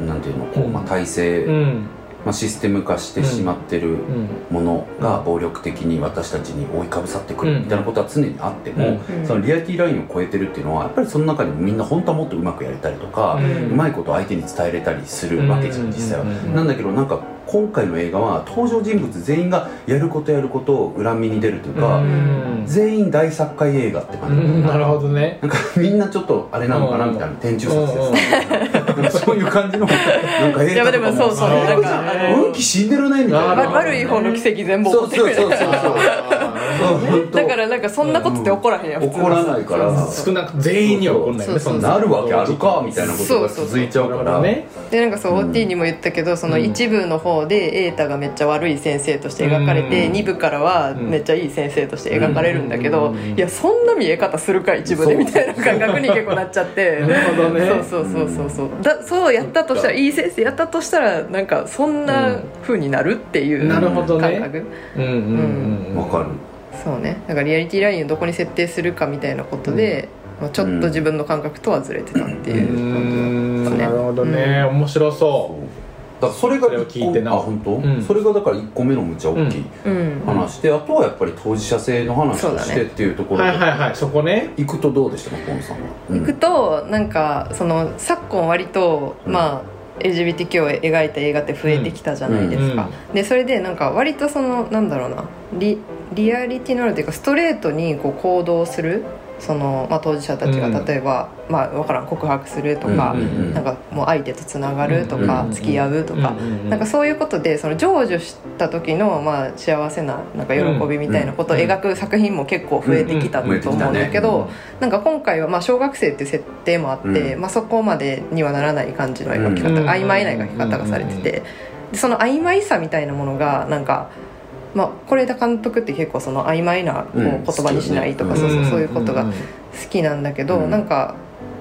Speaker 3: うなんていうのこう、
Speaker 2: うん
Speaker 3: まあ、体制、
Speaker 2: うん
Speaker 3: まあ、システム化してしまってる
Speaker 2: うん
Speaker 3: ものが暴力的に私たちに覆いかぶさってく
Speaker 2: う
Speaker 3: る
Speaker 2: ん
Speaker 3: みたいなことは常にあっても、
Speaker 4: うん
Speaker 3: そのリアリティラインを超えてるっていうのはやっぱりその中にもみんな本当はもっとうまくやれたりとか、
Speaker 2: う
Speaker 3: うんまいこと相手に伝えれたりするわけじゃん実際は。
Speaker 2: うん
Speaker 3: なんだけどなんか今回の映画は登場人物全員がやることやることを恨みに出るというか、
Speaker 2: うん
Speaker 3: 全員大作家映画って
Speaker 2: う
Speaker 3: 感じ、
Speaker 2: んなるほどね
Speaker 3: なんかみんなちょっとあれなのかなみたいな天中殺
Speaker 2: うん
Speaker 3: ですなんか そういう感じのなんか
Speaker 4: いや
Speaker 3: 映画
Speaker 4: で
Speaker 3: とか
Speaker 4: も
Speaker 3: も
Speaker 4: そうそう
Speaker 2: な
Speaker 4: なんん
Speaker 2: か
Speaker 4: か
Speaker 2: あの
Speaker 3: 運気死んでるねみたいな
Speaker 2: わ
Speaker 4: 悪い方の奇跡全部起こ
Speaker 3: そ
Speaker 4: っ
Speaker 3: う
Speaker 4: て
Speaker 3: そうそうそうそう本当
Speaker 4: だからなんかそんなことって起こらへんやん、
Speaker 3: 怒らないから
Speaker 2: 少なく全員には起こんないよね
Speaker 4: そうそう
Speaker 2: そん
Speaker 3: なるわけあるかみたいなことが続いちゃう
Speaker 2: な
Speaker 3: か
Speaker 2: るほ
Speaker 3: ら
Speaker 2: どね
Speaker 4: でなんかそう、
Speaker 3: うん
Speaker 4: OT にも言ったけどその
Speaker 2: うん
Speaker 4: 一部の方で瑛太がめっちゃ悪い先生として描かれて、
Speaker 2: うん
Speaker 4: 二部からはめっちゃいい先生として描かれるんだけど、
Speaker 2: うん
Speaker 4: いやそんな見え方するか一部で
Speaker 3: そう
Speaker 4: みたいな感覚に結構なっちゃって。
Speaker 2: なるほ どね
Speaker 4: そうそうそうそうそうだそうやったとしたらいい先生やったとしたらなんかそんな風になるっていう
Speaker 2: な
Speaker 4: 感
Speaker 2: るほど
Speaker 4: 覚、
Speaker 2: ねうんうんうん
Speaker 3: わかる
Speaker 4: そうねだからリアリティラインをどこに設定するかみたいなことで、まあ、ちょっと自分の感覚とはずれてたって
Speaker 2: うー
Speaker 4: いう感
Speaker 2: んなるほどね面白そ
Speaker 3: だからそれが
Speaker 2: それを聞いてな
Speaker 3: あ本当、
Speaker 2: うん
Speaker 3: それがだから1個目のむちゃ大きい
Speaker 4: じ、うん
Speaker 3: 話で、あとはやっぱり当事者性の話
Speaker 4: そう
Speaker 3: と
Speaker 4: だ
Speaker 3: し
Speaker 4: ね
Speaker 3: てっていうと
Speaker 2: う
Speaker 3: ころ
Speaker 2: はい
Speaker 3: で
Speaker 2: はいはいそこね
Speaker 3: 行くとどうでしたかポンさんは、うん
Speaker 4: 行くとなんかその昨今割と、
Speaker 3: うん
Speaker 4: まあ LGBTQ を描いた映画って増えてきたじゃないですか、でそれでなんか割とそのなんだろうなリリアリティのあるというかストレートにこう行動するその、まあ、当事者たちが
Speaker 2: うん
Speaker 4: 例えば、まあ、わからん告白するとか、
Speaker 3: うんうんうん
Speaker 4: なんかもう相手とつながるとか、
Speaker 2: うん
Speaker 4: 付き合うとか、なんかそういうことでその成就した時のまあ幸せななんか喜びみたいなことを描く作品も結構増えてきた
Speaker 3: うんうん
Speaker 4: と思うんだけ
Speaker 3: 増え
Speaker 4: ど
Speaker 3: て
Speaker 4: なんか今回はまあ小学生っていう設定もあって
Speaker 3: う
Speaker 4: まあそこまでにはならない感じの描き方
Speaker 2: うん
Speaker 4: 曖昧な描き方がされててでその曖昧さみたいなものがなんか。まあ、是枝監督って結構その曖昧なこう
Speaker 3: うん
Speaker 4: 言葉にしないとか、
Speaker 3: 好き
Speaker 4: そ
Speaker 3: よ
Speaker 4: う
Speaker 3: ね
Speaker 4: そうそういうことが
Speaker 2: んん
Speaker 4: 好きなんだけど、
Speaker 3: うん
Speaker 4: なんか、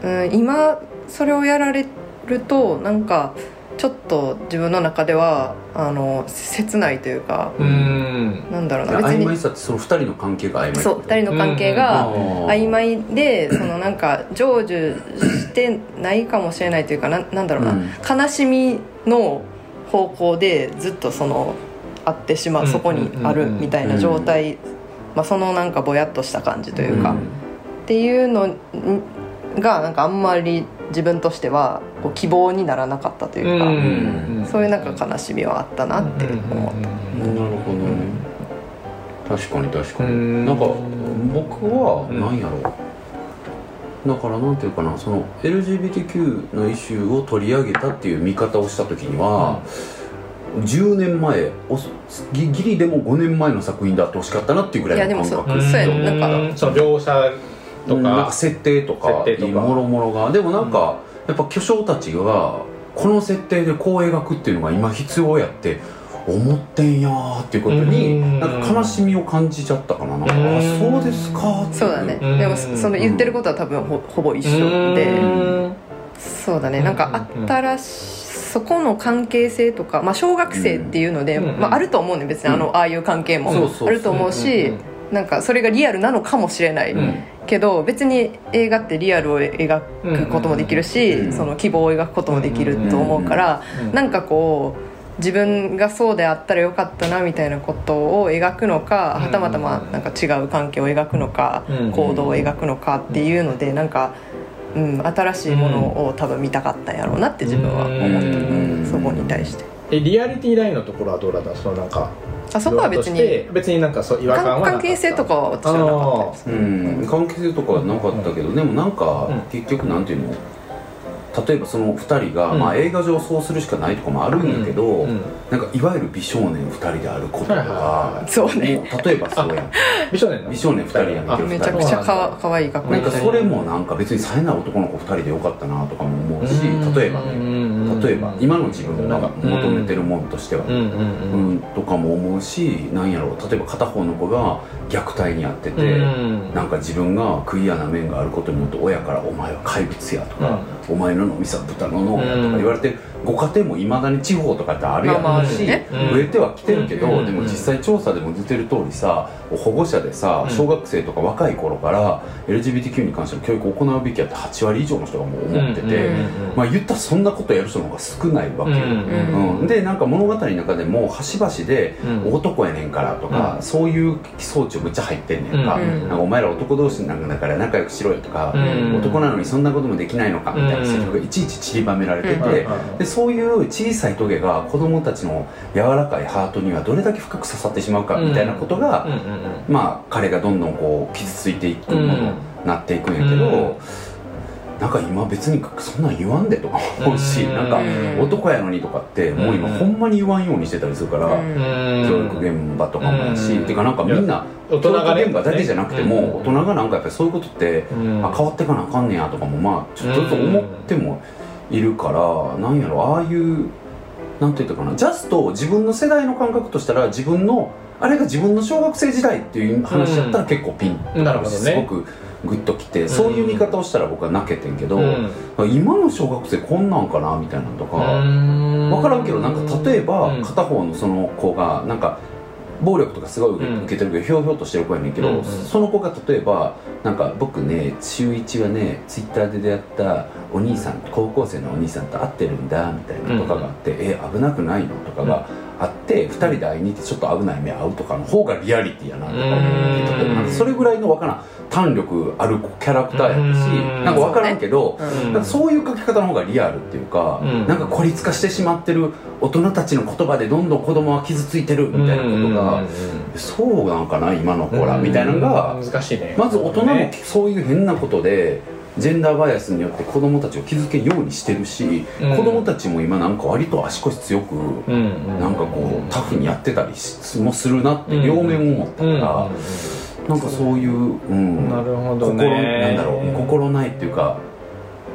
Speaker 4: うん、今それをやられるとなんかちょっと自分の中ではあの切ないというか、
Speaker 2: うん
Speaker 4: なんだろうな別
Speaker 3: 曖昧
Speaker 4: に
Speaker 3: さってその2人の関係が曖昧
Speaker 4: そう2人の関係が
Speaker 3: が
Speaker 4: 曖昧で、そのなんか成就してないかもしれないというかなんなんだろうな、
Speaker 3: うん
Speaker 4: 悲しみの方向でずっとそのあってしまう、
Speaker 2: うん
Speaker 4: そこにあるみたいな状態、まあ、そのなんかぼやっとした感じというか。っていうのがなんかあんまり自分としてはこう希望にならなかったというか、
Speaker 2: うん
Speaker 4: そういうなんか悲しみはあったなって思った。
Speaker 3: なるほどね確かに確か
Speaker 2: う
Speaker 3: に
Speaker 2: ん
Speaker 3: なんか僕は
Speaker 2: うん
Speaker 3: なんやろうだからなんていうかなその LGBTQ のイシューを取り上げたっていう見方をした時には、10年前おそギギリでも5年前の作品であってほしかったなっていうぐらいの感
Speaker 4: いやで
Speaker 3: 覚
Speaker 4: もそうやね
Speaker 2: ん
Speaker 4: なん
Speaker 2: その描写と
Speaker 3: うんなん
Speaker 2: か
Speaker 3: 設定とか
Speaker 2: 設定とか
Speaker 3: もろもろがでもなんか、やっぱ巨匠たちがこの設定でこう描くっていうのが今必要やって思ってんやーっていうこと
Speaker 2: う
Speaker 3: に
Speaker 2: ん
Speaker 3: なんか悲しみを感じちゃったかななんか
Speaker 2: うん
Speaker 3: あそうですかーってい
Speaker 4: そうだね、
Speaker 2: うん
Speaker 4: でもそその言ってることは多分ほほぼ一緒で、
Speaker 2: うん
Speaker 4: そうだねなんか
Speaker 2: うん
Speaker 4: 新しそこの関係性とか、まあ、小学生っていうので、
Speaker 2: うん
Speaker 4: まあ、あると思うね別にあの、ああいう関係も
Speaker 3: そうそうそう
Speaker 4: あると思うし、
Speaker 2: うん
Speaker 4: なんかそれがリアルなのかもしれない、
Speaker 3: うん
Speaker 4: けど別に映画ってリアルを描くこともできるし、
Speaker 3: うん
Speaker 4: その希望を描くこともできると思うから、
Speaker 2: うん
Speaker 4: なんかこう自分がそうであったらよかったなみたいなことを描くのか、
Speaker 2: うん
Speaker 4: はたまたまなんか違う関係を描くのか、
Speaker 2: うん
Speaker 4: 行動を描くのかっていうのでなんか、うん、新しいものを多分見たかったんやろうなって自分は思った、
Speaker 3: うん
Speaker 4: そこに対して。
Speaker 2: えリアリティラインのところはどうだったそのなんか
Speaker 4: あそこは別
Speaker 2: ルールとし
Speaker 4: に
Speaker 2: て別になんかそう違和感はなかった
Speaker 4: 関係性とかは私はなかったです
Speaker 3: うん、関係性とかはなかったけど、でもなんか
Speaker 2: うん
Speaker 3: 結局なんていうの例えばその2人が、
Speaker 2: うん
Speaker 3: まあ、映画上そうするしかないとかもあるんだけど、
Speaker 2: うんうん
Speaker 3: なんかいわゆる美少年2人で歩くこととか、
Speaker 2: はいは
Speaker 4: そうね
Speaker 3: もう例えばそうやん
Speaker 2: 美少年なの
Speaker 3: 美少年2人やん
Speaker 2: あ
Speaker 3: け
Speaker 4: めちゃくちゃかわかわいい学校
Speaker 3: なん
Speaker 4: に
Speaker 3: か
Speaker 4: 行
Speaker 3: それもなんか別に冴えない男の子2人でよかったなとかも思うし
Speaker 2: うん
Speaker 3: 例えばね
Speaker 2: うん
Speaker 3: 例えば今の自分をなんか求めてるものとしては、
Speaker 2: うんうんうん
Speaker 3: うん、とかも思うしなんやろう例えば片方の子が虐待にあってて、
Speaker 2: うん
Speaker 3: なんか自分がクリアな面があることによって親から「お前は怪物や」とか「お前の飲みさ豚の脳や」とか言われてご家庭もいまだに地方とかってあるや
Speaker 4: まあまああ
Speaker 3: ん
Speaker 4: る
Speaker 3: し
Speaker 4: ね
Speaker 3: 増えてはきてるけ
Speaker 2: う
Speaker 3: ど
Speaker 2: ん
Speaker 3: でも実際調査でも出てる通りさ保護者でさ
Speaker 2: うん
Speaker 3: 小学生とか若い頃から LGBTQ に関しての教育を行うべきやって8割以上の人がもう思って
Speaker 2: うん
Speaker 3: て。
Speaker 2: うん
Speaker 3: まあ言ったらそんなことやる人の方が少ないわけよ、
Speaker 2: うん
Speaker 4: うん
Speaker 3: うんでなんか物語の中でも端々で
Speaker 2: うん
Speaker 3: 男やねんからとか、
Speaker 2: うん
Speaker 3: そういう装置をむっちゃ入ってんねんか,、
Speaker 4: うん
Speaker 3: なんかお前ら男同士なんかだから仲良くしろよとか、
Speaker 2: うん
Speaker 3: 男なのにそんなこともできないのかみたいなセリフがいちいち散りばめられてて、
Speaker 2: うんうん
Speaker 3: でそういう小さいトゲが子供たちの柔らかいハートにはどれだけ深く刺さってしまうかみたいなことが、
Speaker 2: うんうんうん
Speaker 3: まあ彼がどんどんこう傷ついていくものになっていくんやけど、
Speaker 2: うん
Speaker 3: なんか今別にそんなん言わんでとか思うし、
Speaker 2: うん
Speaker 3: なんか
Speaker 4: うん
Speaker 3: 男やのにとかってもう今
Speaker 2: うん
Speaker 3: ほんまに言わんようにしてたりするから。
Speaker 4: うん
Speaker 3: 教育現場とかもやし、
Speaker 2: うん
Speaker 3: てかなんかみんな
Speaker 2: 大
Speaker 3: 教
Speaker 2: 人が
Speaker 3: 育
Speaker 2: ね
Speaker 3: 現場だけじゃなくても、
Speaker 2: うん
Speaker 3: 大人がなんかやっぱりそういうことって、
Speaker 2: うん
Speaker 3: あ変わってかなあかんねやとかもまあちょっとずつ思ってもいるから、なんやろああいうなんていうのかなジャスト自分の世代の感覚としたら自分のあれが自分の小学生時代っていう話だったら結構ピンとく
Speaker 2: なるほどね
Speaker 3: すごくグッときて、そういう見方をしたら僕は泣けてんけど、
Speaker 2: うん
Speaker 3: 今の小学生こんなんかなみたいなのとか。
Speaker 2: うん
Speaker 3: 分からんけどなんか例えば
Speaker 2: うん
Speaker 3: 片方のその子がなんか暴力とかすごい受け
Speaker 2: うん
Speaker 3: 受けてるけどひょうひょうとしてる子やねんけ
Speaker 2: うんう
Speaker 3: ど
Speaker 2: ん
Speaker 3: その子が例えばなんか僕ね中1はねツイッターで出会ったお兄さん高校生のお兄さんと会ってるんだみたいなとかがあってえ危なくないのとかがあって2人で会いに行ってちょっと危ない目合うとかの方がリアリティやなとか思ってたけど
Speaker 2: うん
Speaker 3: なんかそれぐらいの分からん胆力ある子キャラクターやし
Speaker 2: うん
Speaker 3: なんか分からんけど
Speaker 4: うん
Speaker 2: うん
Speaker 3: なんかそういう書き方の方がリアルっていうか、
Speaker 2: うん
Speaker 3: なんか孤立化してしまってる大人たちの言葉でどんどん子供は傷ついてるみたいなことが、
Speaker 2: うん
Speaker 3: そうなんかな今の子らみたいなの
Speaker 2: う
Speaker 3: が
Speaker 2: ん、難しいね
Speaker 3: まず大人も
Speaker 2: ね
Speaker 3: そういう変なことでジェンダーバイアスによって子供たちを傷つけんようにしてるし、
Speaker 2: うん
Speaker 3: 子供たちも今なんか割と足腰強く、
Speaker 2: うん
Speaker 3: なんかこうタフにやってたりしもするなって両面思った
Speaker 2: うん
Speaker 3: から、なんかそういう、うん、
Speaker 2: なるほど
Speaker 3: 心なん
Speaker 2: ね
Speaker 3: だろう心ないっていうか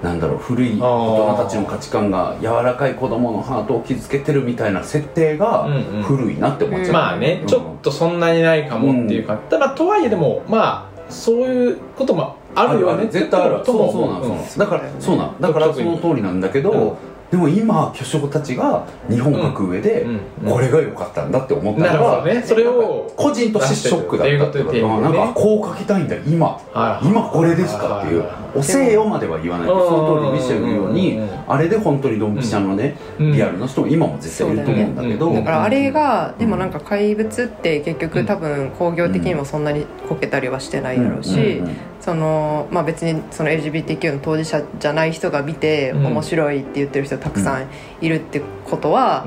Speaker 3: なんだろう古い
Speaker 2: あー
Speaker 3: 大人たちの価値観が柔らかい子供のハートを傷つけてるみたいな設定が
Speaker 2: うんうん
Speaker 3: 古いなって思っちゃう、
Speaker 2: まあね
Speaker 3: うん
Speaker 2: ちょっとそんなにないかもっていうか、ただまあとはいえでもまあそういうこともあるよね
Speaker 3: 絶対ある
Speaker 2: と
Speaker 3: そう
Speaker 2: も
Speaker 3: そうなん
Speaker 2: 思
Speaker 3: そうなんだ
Speaker 2: う
Speaker 3: からそうなんだからそ
Speaker 2: 特に
Speaker 3: の通りなんだけ
Speaker 2: うん
Speaker 3: どでも今巨匠たちが日本書く上で
Speaker 2: うんうん
Speaker 3: これが良かったんだって思っ
Speaker 2: な
Speaker 3: た
Speaker 2: る
Speaker 3: の
Speaker 2: ほ
Speaker 3: が
Speaker 2: どねそれを
Speaker 3: 個人としてショックだったってこと
Speaker 2: 出してるっていうね
Speaker 3: うんなんかあこう書きたいんだ今
Speaker 2: はい
Speaker 3: 今これですかっていう「おせえよ」までは言わないけどその通りミシェル言うように
Speaker 2: うん
Speaker 3: あれで本当にドンピシャのね
Speaker 2: うん
Speaker 3: リアルの人も今も絶対いると思うんだけ
Speaker 2: そう
Speaker 3: ど
Speaker 2: だ
Speaker 4: だ
Speaker 2: よね
Speaker 4: からあれがでもなんか怪物って結局多分工業的にもそんなにこけたりはしてないだろうし
Speaker 3: うんうんうん
Speaker 4: そのまあ別にその LGBTQ の当事者じゃない人が見て
Speaker 2: うん
Speaker 4: 面白いって言ってる人たくさんいるってことは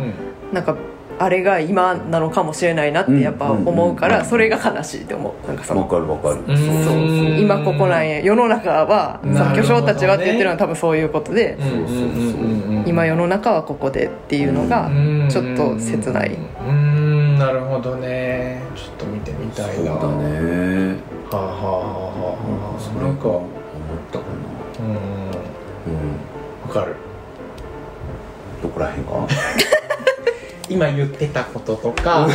Speaker 4: なんかあれが今なのかもしれないなってやっぱ思うか
Speaker 3: うん
Speaker 4: らそれが悲しいって思うなんかそ
Speaker 3: わ
Speaker 4: の
Speaker 3: かるわかる
Speaker 2: うん
Speaker 3: そうそうそう
Speaker 2: うん
Speaker 4: 今ここなんや世の中はそ
Speaker 2: な
Speaker 4: の
Speaker 2: る
Speaker 4: 巨
Speaker 2: ほどね
Speaker 4: 匠たちはって言ってるのは多分そういうことで
Speaker 2: うんうんうんうん
Speaker 4: 今世の中はここでっていうのが
Speaker 2: うん
Speaker 4: ちょっと切ない。
Speaker 2: うんなるほどねちょっと見てみたい
Speaker 3: そう
Speaker 2: な
Speaker 3: だね
Speaker 2: はあはあはあはあ
Speaker 3: それ
Speaker 2: なん
Speaker 3: か思っ
Speaker 2: か
Speaker 3: たかな
Speaker 2: うん
Speaker 3: うん
Speaker 2: わかる
Speaker 3: どこらへんか
Speaker 2: 今言ってたことと か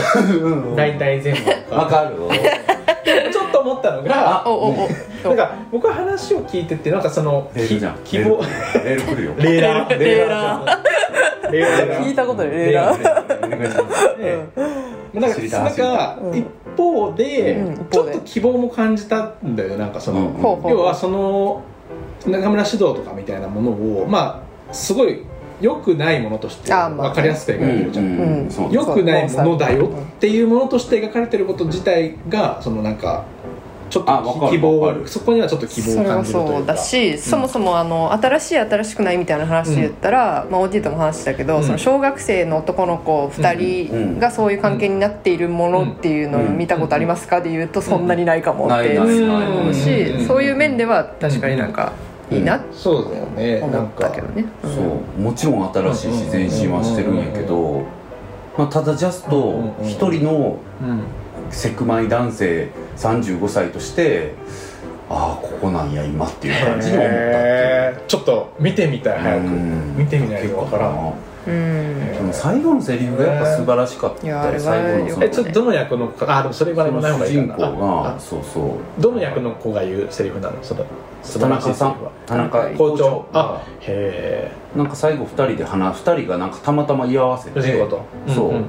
Speaker 2: 大体全 部と
Speaker 3: わかる
Speaker 2: ちょっと思ったのが
Speaker 4: おおお
Speaker 2: なんか僕は話を聞いててなんかその
Speaker 3: レー
Speaker 2: き
Speaker 3: ルじゃん
Speaker 2: 希望
Speaker 3: レール来るよ
Speaker 2: レーラー
Speaker 4: レーラ
Speaker 2: ーレーラ
Speaker 4: 聞い
Speaker 2: ー
Speaker 4: たことないレーラー
Speaker 2: でなんか
Speaker 3: 知りたい
Speaker 2: なんか
Speaker 4: うん
Speaker 2: 一方で、
Speaker 4: うん一
Speaker 2: ち
Speaker 4: 方
Speaker 2: ょっ
Speaker 4: で
Speaker 2: と希望も感じたんだよねなんかその、
Speaker 4: ほうほう
Speaker 2: 要はその中村獅童とかみたいなものをまあすごい良くないものとして
Speaker 4: あーまあ
Speaker 2: 分かりやすく描いてるじゃん、
Speaker 4: うん
Speaker 3: そう
Speaker 2: 良くないものだよっていうものとして描かれてること自体がそのなんかちょっ
Speaker 3: あわか
Speaker 2: と
Speaker 3: る
Speaker 2: 希望
Speaker 3: わ
Speaker 2: は
Speaker 3: かる
Speaker 2: そこにはちょっと希望
Speaker 4: そ
Speaker 2: を
Speaker 4: れ
Speaker 2: 感
Speaker 4: は
Speaker 2: じるとい
Speaker 4: そううだ
Speaker 2: か
Speaker 4: し、そもそもあの新しい新しくないみたいな話で言ったら、まあ、OT とも話したけど、
Speaker 2: うん
Speaker 4: その小学生の男の子2人がそういう関係になっているものっていうのを見たことありますかで言うとそんなにないかもって
Speaker 3: うん
Speaker 4: 思
Speaker 3: うん
Speaker 4: う
Speaker 2: う
Speaker 4: し
Speaker 2: ん
Speaker 4: そういう面では確かになんかいいなって
Speaker 2: そうだよねな
Speaker 4: 思
Speaker 2: ん
Speaker 4: った
Speaker 2: か
Speaker 4: けどね。
Speaker 3: そ
Speaker 4: うん
Speaker 3: うもちろん新しいし前進はしてるんやけど、まあ、ただジャス
Speaker 2: う
Speaker 3: ト
Speaker 2: んうんうん
Speaker 3: 一人の
Speaker 2: うん
Speaker 3: セクマイ男性35歳としてああここなんや今っていう感じに思ったっていう
Speaker 2: へーちょっと見てみたい早く
Speaker 3: うん
Speaker 2: 見てみないとわからん
Speaker 3: な
Speaker 4: うん
Speaker 3: でも最後のセリフがやっぱ素晴らしかった
Speaker 4: いやあれ
Speaker 3: よ
Speaker 4: は
Speaker 3: 最後のその
Speaker 2: えちょっとどの役の子かあでもそれまでもない
Speaker 3: そ
Speaker 2: 方
Speaker 3: の
Speaker 2: が
Speaker 3: 主
Speaker 2: いい
Speaker 3: 人
Speaker 2: か
Speaker 3: 公
Speaker 2: な
Speaker 3: が
Speaker 2: あ
Speaker 3: そうそう
Speaker 2: あどの役の子が言うセリフなのその素
Speaker 3: 田
Speaker 2: 晴らし
Speaker 3: 中
Speaker 2: いセ
Speaker 3: さ
Speaker 2: リ
Speaker 3: ん
Speaker 2: フは
Speaker 3: 田中
Speaker 2: 校長あ
Speaker 3: が
Speaker 2: へ
Speaker 3: なんか最後二人で話二人がなんかたまたま居合わせ
Speaker 2: え主
Speaker 3: て
Speaker 2: 人公と
Speaker 3: そうん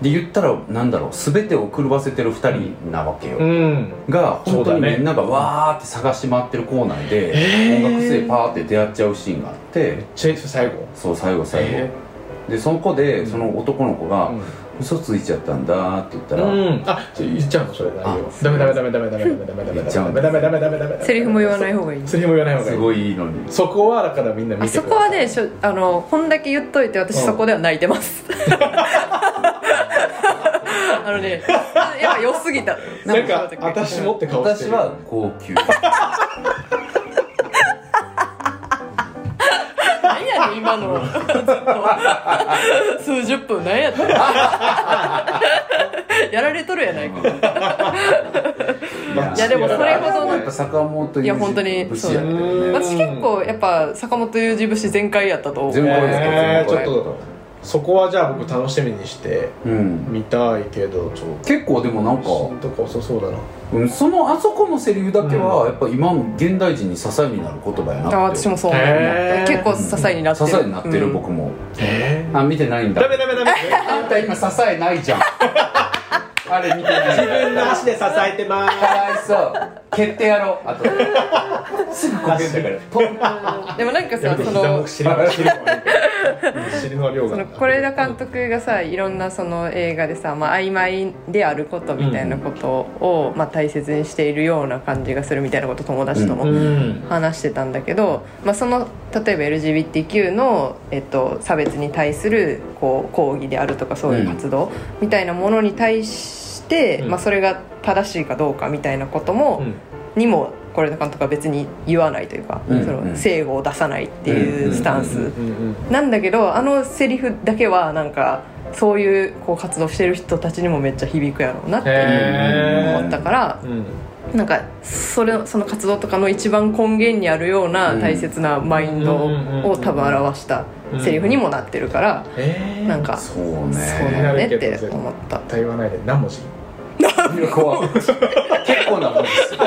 Speaker 3: で言ったらなんだろう全てを狂わせてる二人なわけよ、
Speaker 2: うんうん
Speaker 3: が本
Speaker 2: そ
Speaker 3: 当
Speaker 2: う
Speaker 3: に
Speaker 2: だね
Speaker 3: みんながわーって探し回ってる校内で、
Speaker 2: へー
Speaker 3: 音楽性パーって出会っちゃうシーンがあって
Speaker 2: チェイス最後
Speaker 3: そう最後最後、
Speaker 2: へ
Speaker 3: でその子で
Speaker 2: ん
Speaker 3: その男の子が
Speaker 2: うん
Speaker 3: 「嘘ついちゃったんだ」って言ったら、
Speaker 2: うんあそれ言っちゃうのそれ内容ダメダメダメダメダメダメダメダメ
Speaker 3: 言っちゃ
Speaker 2: ダ
Speaker 3: う
Speaker 2: メダメダメダメダメ
Speaker 4: セリフも言わない方がいい
Speaker 2: セリフも言わない方がい
Speaker 3: す
Speaker 2: い
Speaker 3: ごいいいのに
Speaker 2: そこはだからみんな見
Speaker 4: あ
Speaker 2: て
Speaker 4: そ
Speaker 2: く
Speaker 4: こ
Speaker 2: だ
Speaker 4: は
Speaker 2: さい
Speaker 4: ねしょあの本だけ言っといて私
Speaker 2: うん
Speaker 4: そこでは泣いてますあのねやっぱ良すぎた
Speaker 2: なんか私もって顔して
Speaker 3: 私
Speaker 2: る
Speaker 3: は高級
Speaker 4: 何やねん今のずっと数十分何やったやられとるやないか
Speaker 3: や
Speaker 4: いやでもそれほどの
Speaker 3: やっぱ坂本
Speaker 4: いや本当に
Speaker 3: 武士やったよ
Speaker 2: そう
Speaker 3: ね
Speaker 4: 私結構やっぱ坂本雄二節全開やったと思う
Speaker 3: 全部ですけど
Speaker 2: えー
Speaker 3: 全部
Speaker 2: ちょっとそこはじゃあ僕楽しみにして
Speaker 3: うん
Speaker 2: 見たいけどちょっ
Speaker 3: 結構でもなんか、
Speaker 2: とんとこ遅そうだな
Speaker 3: うん、そのあそこのセリフだけ
Speaker 2: う
Speaker 3: はやっぱ今の現代人に支えになる言葉やなって
Speaker 4: あ私もそう思う
Speaker 2: へー
Speaker 4: 結構支えになってる
Speaker 3: 支えになってる、
Speaker 4: うん
Speaker 3: 僕も
Speaker 2: え
Speaker 3: あ見てないんだ
Speaker 2: ダメダメダメ
Speaker 3: あんた今支えないじゃんあれ見てない
Speaker 2: 自分の足で支えてまー
Speaker 3: かわいそう蹴ってやろうあとすぐこけんだからポン
Speaker 4: でもなんか
Speaker 2: すや
Speaker 4: さ
Speaker 2: めて
Speaker 4: そ
Speaker 2: 膝
Speaker 4: の
Speaker 2: も尻も尻も尻の量
Speaker 4: そ
Speaker 2: が
Speaker 4: の是枝監督がさいろんなその映画でさ、まあ曖昧であることみたいなことを、まあ、大切にしているような感じがするみたいなこと友達と
Speaker 2: う
Speaker 4: も
Speaker 2: ん
Speaker 4: 話してたんだけど、まあ、その例えば LGBTQ の、えっと、差別に対するこう抗議であるとかそういう活動みたいなものに対して、
Speaker 2: うん
Speaker 4: まあ、それが正しいかどうかみたいなことも、
Speaker 2: うん
Speaker 4: にも是枝監督は別に言わないというか、
Speaker 3: うん
Speaker 4: その正語を出さないっていうスタンス。
Speaker 3: うんうんうん
Speaker 2: うんうん
Speaker 4: なんだけどあのセリフだけはなんかそういうこう活動してる人たちにもめっちゃ響くやろうなって
Speaker 2: へー
Speaker 4: 思ったから
Speaker 2: うん
Speaker 4: なんかそれその活動とかの一番根源にあるような大切なマインドを多分表したセリフにもなってるから
Speaker 2: えー
Speaker 4: なんかそ
Speaker 3: そう
Speaker 4: う
Speaker 3: ね
Speaker 4: だねって思った
Speaker 2: 絶対言わないで何文字
Speaker 3: 怖い結構なもんです
Speaker 4: 結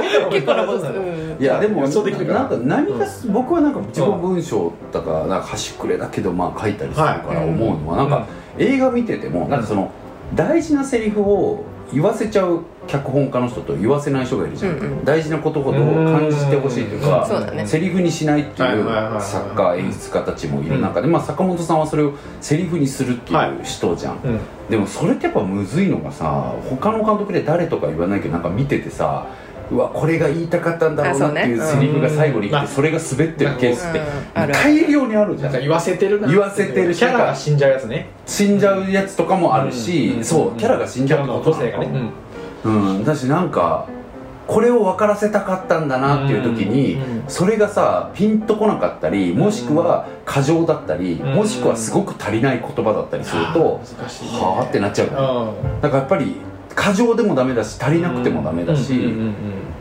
Speaker 4: 構なこと
Speaker 2: うん
Speaker 3: いやでも
Speaker 2: 予想できるから
Speaker 3: なんか何かす僕はなんか自己文章とかなんか端くれだけどまあ書いたりするから
Speaker 4: はい
Speaker 3: 思うのはなんか映画見ててもなんかその大事なセリフを言わせちゃう脚本家の人と言わせない人がいるじゃん、
Speaker 4: うんうん
Speaker 3: 大事なことほど感じてほしいというか
Speaker 4: うんそうだね
Speaker 3: セリフにしないって
Speaker 2: は
Speaker 3: い
Speaker 2: いは
Speaker 3: う
Speaker 2: いはいはい
Speaker 3: 作家演出家たちもいる中で、まあ、坂本さんはそれをセリフにするっていう人じゃん、
Speaker 2: うん
Speaker 3: でもそれってやっぱむずいのがさ他の監督で誰とか言わないけどなんか見ててさうわこれが言いたかったんだろうなっていう
Speaker 4: あそう
Speaker 3: セ
Speaker 4: ね
Speaker 3: リフが最後に来
Speaker 2: うんまあ
Speaker 3: てそれが滑ってるケースって
Speaker 4: うんあるある
Speaker 3: 大量にあるじ
Speaker 2: な
Speaker 3: ゃ
Speaker 2: ん
Speaker 3: ん
Speaker 2: か言わせてるなって
Speaker 3: 言わせてるし
Speaker 2: キャラが死んじゃうやつね
Speaker 3: 死んじゃうやつとかもある
Speaker 2: うん
Speaker 3: しそうキャラが死んじゃうってこと
Speaker 2: キャラの個性がね、うん
Speaker 3: うんだしなんかこれを分からせたかったんだなっていう時に
Speaker 2: うんうん
Speaker 3: それがさピンとこなかったりもしくは過剰だったり
Speaker 2: ん
Speaker 3: もしくはすごく足りない言葉だったりすると
Speaker 2: 難しいね
Speaker 3: はあってなっちゃうから
Speaker 2: う
Speaker 3: だからやっぱり過剰でもダメだし足り
Speaker 2: ん
Speaker 3: なくてもダメだし、
Speaker 2: うんうんうん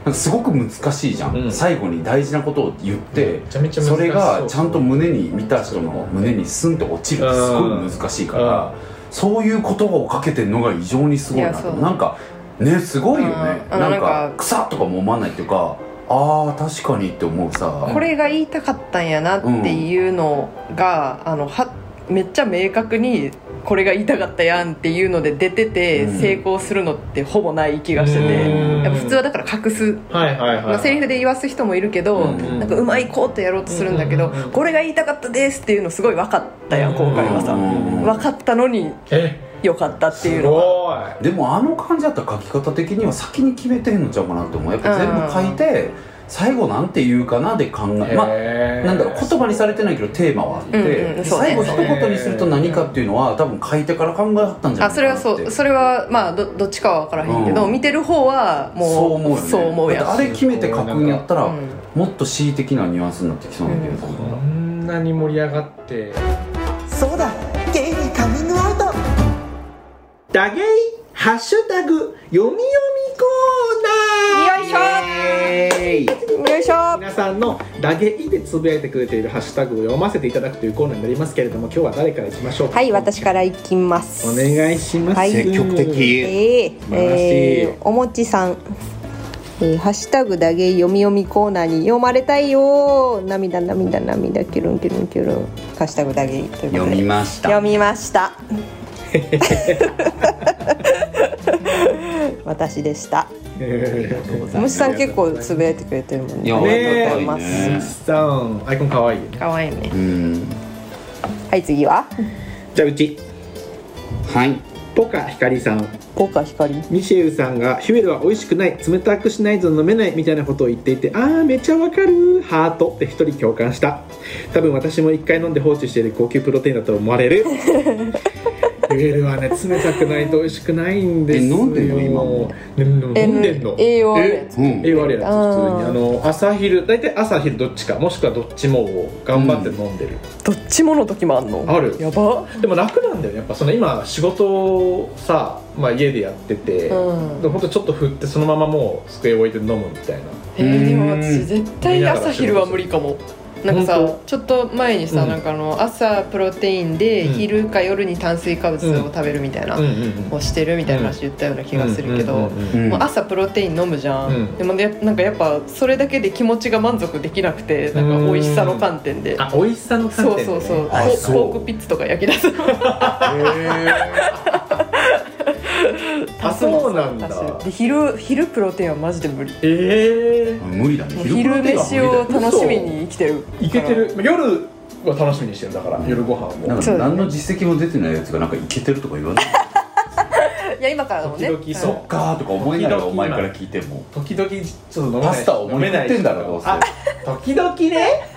Speaker 3: なんかすごく難しいじゃん、
Speaker 2: うん
Speaker 3: 最後に大事なことを言って、
Speaker 2: めちゃめちゃ難しそ
Speaker 3: そうれがちゃんと胸に見た人の胸にスンと落ちるってすごい難しいから、そういう言葉をかけてるのが異常にすごいない
Speaker 4: や
Speaker 3: と
Speaker 4: そう
Speaker 3: なんかねすごいよね、
Speaker 4: うんあの
Speaker 3: なん
Speaker 4: な
Speaker 3: か
Speaker 4: んか
Speaker 3: 草とかも思わないっていうかあー確かにって思うさ
Speaker 4: これが言いたかったんやなっていうのが、あのはめっちゃ明確にこれが言いたかったやんっていうので出てて
Speaker 3: うん
Speaker 4: 成功するのってほぼない気がして
Speaker 2: うん
Speaker 4: てやっぱ普通はだから隠す、
Speaker 2: はいはいはい、
Speaker 4: まあ、セリフで言わす人もいるけど、
Speaker 3: うん
Speaker 4: なんかうまいコートやろうとするんだけど、
Speaker 2: うん
Speaker 4: これが言いたかったですっていうのすごい分かったやん今回はさ、
Speaker 3: うん
Speaker 4: 分かったのに
Speaker 2: え
Speaker 4: 良かったってい
Speaker 2: す
Speaker 4: うのが
Speaker 2: ごい
Speaker 3: でもあの感じだったら書き方的には先に決めてんのちゃうかなって思うやっぱ全部書いて最後なんて言うかなで考えまあ
Speaker 2: へー
Speaker 3: なんだろう言葉にされてないけどテーマはあって、
Speaker 4: うんうんそうね
Speaker 3: 最後一言にすると何かっていうのは多分書いてから考えはったんじゃ
Speaker 4: あ
Speaker 3: ない
Speaker 4: それ
Speaker 3: かな
Speaker 4: は
Speaker 3: って
Speaker 4: そうそれはまあどどっちかは分からへんけど、
Speaker 3: うん
Speaker 4: 見てる方はもう
Speaker 3: そう思うよね
Speaker 4: そう思うやん
Speaker 3: だってあれ決めて書くんやったら、
Speaker 4: うん
Speaker 3: もっと恣意的なニュアンスになってきそうな気がするか
Speaker 2: こ
Speaker 3: ら、
Speaker 2: んなに盛り上がって
Speaker 5: そうだゲイにカミングアウト
Speaker 2: ダゲイハッシュタグ読み読みコーナー
Speaker 4: よいしょ
Speaker 2: イエーイ
Speaker 4: よいしょ
Speaker 2: 皆さんのダゲイでつぶやいてくれているハッシュタグを読ませていただくというコーナーになりますけれども今日は誰からいきましょうか
Speaker 6: はい、私からいきます。
Speaker 2: お願いします、
Speaker 6: はい
Speaker 3: 積極
Speaker 6: え
Speaker 3: 的
Speaker 6: ー
Speaker 2: 素晴らしい
Speaker 6: えーおもちさん。えーハッシュタグだけ読み読みコーナーに読まれたいよー涙涙涙キュルンキュルンキュルンハッシュタグだけということ
Speaker 3: 読み
Speaker 6: で
Speaker 3: ました
Speaker 6: 読みました 私でした虫さん結構つぶやいてくれてるもん
Speaker 3: いや
Speaker 6: ね
Speaker 2: ね
Speaker 3: ありがたい
Speaker 2: 鈴
Speaker 3: ね
Speaker 2: 木さんアイコン可愛い
Speaker 4: かわいいね
Speaker 3: うん
Speaker 6: はい次は
Speaker 2: じゃあうち
Speaker 3: はい
Speaker 2: ポカヒカリさん
Speaker 6: ポカヒカリ
Speaker 2: ミシェルさんが「ヒュエルは美味しくない冷たくしないと飲めない」みたいなことを言っていて「あーめちゃわかるハート」って一人共感した多分私も一回飲んで放置している高級プロテインだと思われるヒュエルはね冷たくないと美味しくないんですよ
Speaker 3: え飲んでんの今も
Speaker 2: ね飲んでんの
Speaker 6: 栄養あるや
Speaker 2: え
Speaker 6: つ
Speaker 3: うん
Speaker 2: 栄養あるやつ普通
Speaker 6: あ
Speaker 2: にあの朝昼大体朝昼どっちかもしくはどっちもを頑張って飲んでる、
Speaker 4: どっちもの時もあんの
Speaker 2: ある
Speaker 4: やば
Speaker 2: でも楽なんだよねやっぱその今仕事をさ、まあ、家でやってて、
Speaker 6: うん
Speaker 2: でほんとちょっと振ってそのままもう机置いて飲むみたいな
Speaker 4: えー、でも私絶対に朝昼は無理かもなんか
Speaker 2: 本
Speaker 4: さちょっと前にさ、
Speaker 2: うん
Speaker 4: なんかあの朝プロテインで、
Speaker 2: うん
Speaker 4: 昼か夜に炭水化物を食べるみたいな、
Speaker 2: うんうんうん
Speaker 4: をしてるみたいな話言ったような気がするけど、
Speaker 2: うんうんうん
Speaker 3: うん
Speaker 4: もう朝プロテイン飲むじゃ
Speaker 2: う
Speaker 4: ん、
Speaker 2: ん
Speaker 4: でもねなんかやっぱそれだけで気持ちが満足できなくてなんか美味しさの観点で
Speaker 2: あ美味しさの観点
Speaker 4: そう
Speaker 2: でね
Speaker 4: そうそう
Speaker 3: あそう
Speaker 4: ポークピッツとか焼き出す
Speaker 2: あそうなんだ
Speaker 4: 足すで昼昼プロテインはマジで無理
Speaker 2: ええ
Speaker 3: 無理だね
Speaker 4: もう昼飯を楽しみに生きてる
Speaker 2: いけてるまあ夜は楽しみにしてるだから、夜ご飯
Speaker 3: なん
Speaker 2: を
Speaker 3: か何の実績も出てないやつがなんかいけてるとか言わない
Speaker 4: いや今からでもね
Speaker 2: 時々そう
Speaker 4: うん
Speaker 3: そっかーとか思いながらお前から聞いても
Speaker 2: 時々ちょっと飲めない
Speaker 3: パスタを
Speaker 2: 飲
Speaker 3: 思い
Speaker 2: めな
Speaker 3: 食
Speaker 2: い
Speaker 3: ってんだろどうせ
Speaker 2: あ時々ね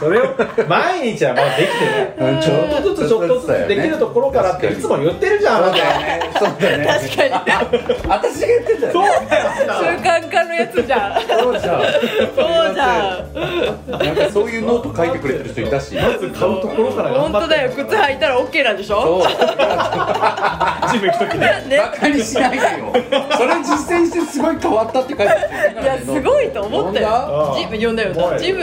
Speaker 2: それを毎日はまだできてない
Speaker 3: うん
Speaker 2: ちょっとずつちょっとずつできるところからっていつも言ってるじゃんあなた
Speaker 3: ねそうだよね
Speaker 4: 確かに
Speaker 3: 私が言ってたよ
Speaker 2: そう
Speaker 3: ね
Speaker 2: だよ
Speaker 4: 習慣化のやつじゃん
Speaker 3: そうじゃん
Speaker 4: そうじゃん
Speaker 3: なんかそういうノート書いてくれてる人いたしま
Speaker 2: まず買うところから頑
Speaker 4: 本
Speaker 2: 張
Speaker 4: 当
Speaker 2: って
Speaker 4: だよ靴 履いたら OK なんでしょ
Speaker 2: ジム行く時ね
Speaker 4: ね
Speaker 3: バカにしないでよそれ実践してすごい変わったって書いてる
Speaker 4: いやすごいと思ったよ
Speaker 2: ああ
Speaker 4: ジム呼んだよ
Speaker 2: お
Speaker 4: ないジム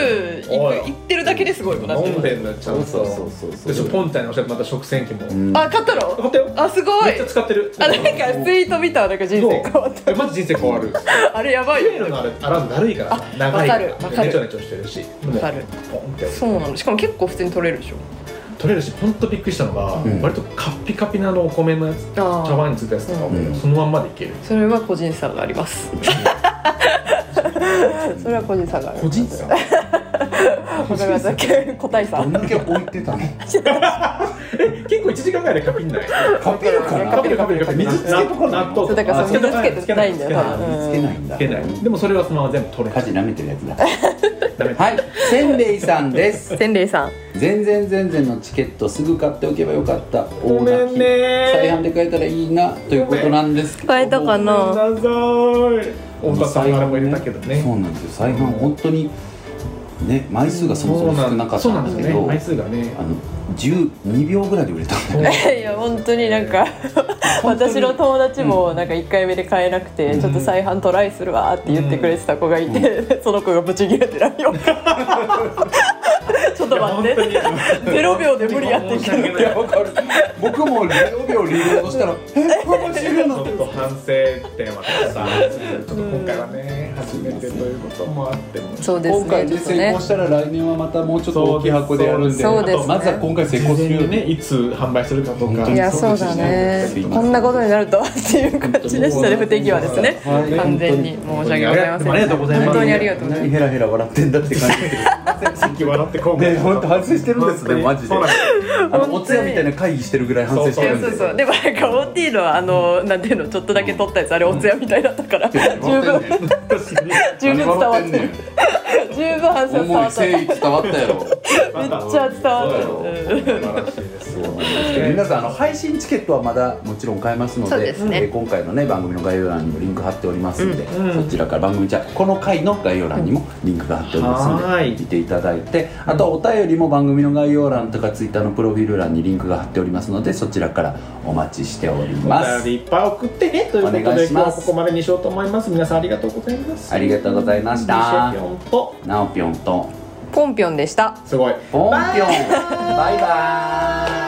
Speaker 4: 行
Speaker 2: おい
Speaker 4: く行ってるだけですごいもんな
Speaker 2: 飲んでんのよちゃんと
Speaker 3: そうそうそうそう
Speaker 2: でしょポンちゃんにおっしゃってまた食洗機も買
Speaker 4: あ買ったの
Speaker 2: ったよ
Speaker 4: あすごい
Speaker 2: めっちゃ使ってる
Speaker 4: あなんかツイート見たなんか人生変わっ
Speaker 2: そ
Speaker 4: た
Speaker 2: うマジ人生変わる
Speaker 4: あれやばい
Speaker 2: ペエル
Speaker 4: よ
Speaker 2: の
Speaker 4: ね
Speaker 2: あれあらだるいからさ長いから
Speaker 4: わかるわかる
Speaker 2: ねちょねちょしてるし
Speaker 4: わかる
Speaker 2: もうポンって
Speaker 4: そうなのしかも結構普通に取れるでしょ
Speaker 2: 取れるし本当びっくりしたのが、
Speaker 3: ん
Speaker 2: 割とカッピカピなあのお米のやつ
Speaker 4: あー
Speaker 2: 茶碗についたやつとかも、
Speaker 3: うん
Speaker 2: そのまんまでいける
Speaker 4: それは個人差があ りますそれは個人差がある
Speaker 2: 個人差
Speaker 4: わかります個体差
Speaker 3: どんだけ置いてたの
Speaker 2: 結構1時間ぐらいでカピンない
Speaker 3: 書けるかな
Speaker 2: カピるカピるカピる
Speaker 3: 水つけとかない
Speaker 2: 納豆
Speaker 4: そうだからその
Speaker 2: あ
Speaker 4: 水つけてないんだ
Speaker 2: つ
Speaker 4: よ
Speaker 2: け
Speaker 4: 多
Speaker 2: ない
Speaker 4: 分
Speaker 3: 見つけないんだ
Speaker 2: つけないでもそれはそのまま全部取れ
Speaker 3: 家
Speaker 2: る
Speaker 3: 事舐めてるやつだ
Speaker 2: ダメ
Speaker 3: はいせんべいさんです
Speaker 4: 千麗さん
Speaker 3: 全然全然のチケットすぐ買っておけばよかった
Speaker 2: ごめんね
Speaker 3: 再販で買えたらいいなということなんですけど
Speaker 6: 変えたかな
Speaker 2: ごめんなさい大田さんからも入れたけどね
Speaker 3: そうなんですよ再販本当にね枚数がそもそも少なかっ
Speaker 2: そうな
Speaker 3: た
Speaker 2: ん
Speaker 3: ん
Speaker 2: で
Speaker 3: ですす
Speaker 2: よ
Speaker 3: け
Speaker 2: ね
Speaker 3: ど
Speaker 2: 枚数がね
Speaker 3: あの12秒ぐらいで売れたん だよね
Speaker 6: いや本当になんか私の友達もなんか1回目で買えなくて、ちょっと再販トライする わって言ってくれてた子がいて、その子がブチギレて何を
Speaker 4: ちょっと待ってゼロ秒で無理やっていける
Speaker 2: いや
Speaker 3: わかる僕も0秒リロードしたら「えこれ終了
Speaker 2: ち
Speaker 3: な
Speaker 2: ょ
Speaker 3: の?」
Speaker 2: っと反省点はあったちょっと今回はね初めてということもあっても
Speaker 4: そうです
Speaker 3: 今回
Speaker 4: ねち
Speaker 3: で
Speaker 4: ょっと
Speaker 3: 成
Speaker 4: ね
Speaker 3: 功したら来年はまたもうちょっと大きい箱でやるんで
Speaker 4: そうですね
Speaker 3: まずは今回成功
Speaker 2: 事
Speaker 3: す
Speaker 2: 前
Speaker 3: るよ
Speaker 2: に
Speaker 3: ね
Speaker 2: ねいつ販売するかと
Speaker 3: 本
Speaker 2: か
Speaker 3: 当
Speaker 4: い
Speaker 3: に
Speaker 4: やそうだねこんなことになるとはっていう 感じでしたね不手際ですね
Speaker 3: はい
Speaker 4: 完全に申し訳ございません
Speaker 2: ありがとうございます
Speaker 4: 本当にありがとうございます
Speaker 3: 何ヘラヘラ笑ってんだって 感じで
Speaker 2: さっき笑って今
Speaker 3: ね本当反省してるんですねマジで
Speaker 2: そうなんす
Speaker 3: あのお通夜みたいな会議してるぐらい反省し
Speaker 4: い
Speaker 3: てる
Speaker 4: や
Speaker 3: ん
Speaker 4: そ
Speaker 3: で
Speaker 4: うそうでもなんか OT のあのなんていうのちょっとだけ撮ったやつあれおつやみたいだったから十分
Speaker 2: 確かに
Speaker 4: 十分伝わってる十分反省伝
Speaker 7: 思い
Speaker 4: わっ
Speaker 7: 誠
Speaker 4: ためっ
Speaker 7: 意伝わったやろ
Speaker 2: 素晴ら
Speaker 4: ちゃ伝わったうん
Speaker 2: しいです
Speaker 3: 皆さんあの配信チケットはまだもちろん買えますの
Speaker 4: そう
Speaker 3: で
Speaker 4: ですね
Speaker 3: えー今回のね番組の概要欄にもリンク貼っておりますので、
Speaker 2: うんうん
Speaker 3: そちらから番組じゃこの回の概要欄にもリンクが貼っておりますので、
Speaker 2: はい
Speaker 3: 見ていただいてあとはお便りも番組の概要欄とかツイッターのプロフィール欄にリンクが貼っておりますのでそちらからお待ちしておりま
Speaker 2: お便
Speaker 3: す
Speaker 2: りいっぱい送ってねということで
Speaker 3: お願いし
Speaker 2: 今
Speaker 3: ま
Speaker 2: 日は
Speaker 3: す
Speaker 2: ここまでにしようと思います皆さんありがとうございます
Speaker 3: ありがとうございました
Speaker 2: 西平と
Speaker 3: なおぴょんと
Speaker 4: ポンピョンでした
Speaker 2: すごい
Speaker 3: ぽんぴょんバイバーイ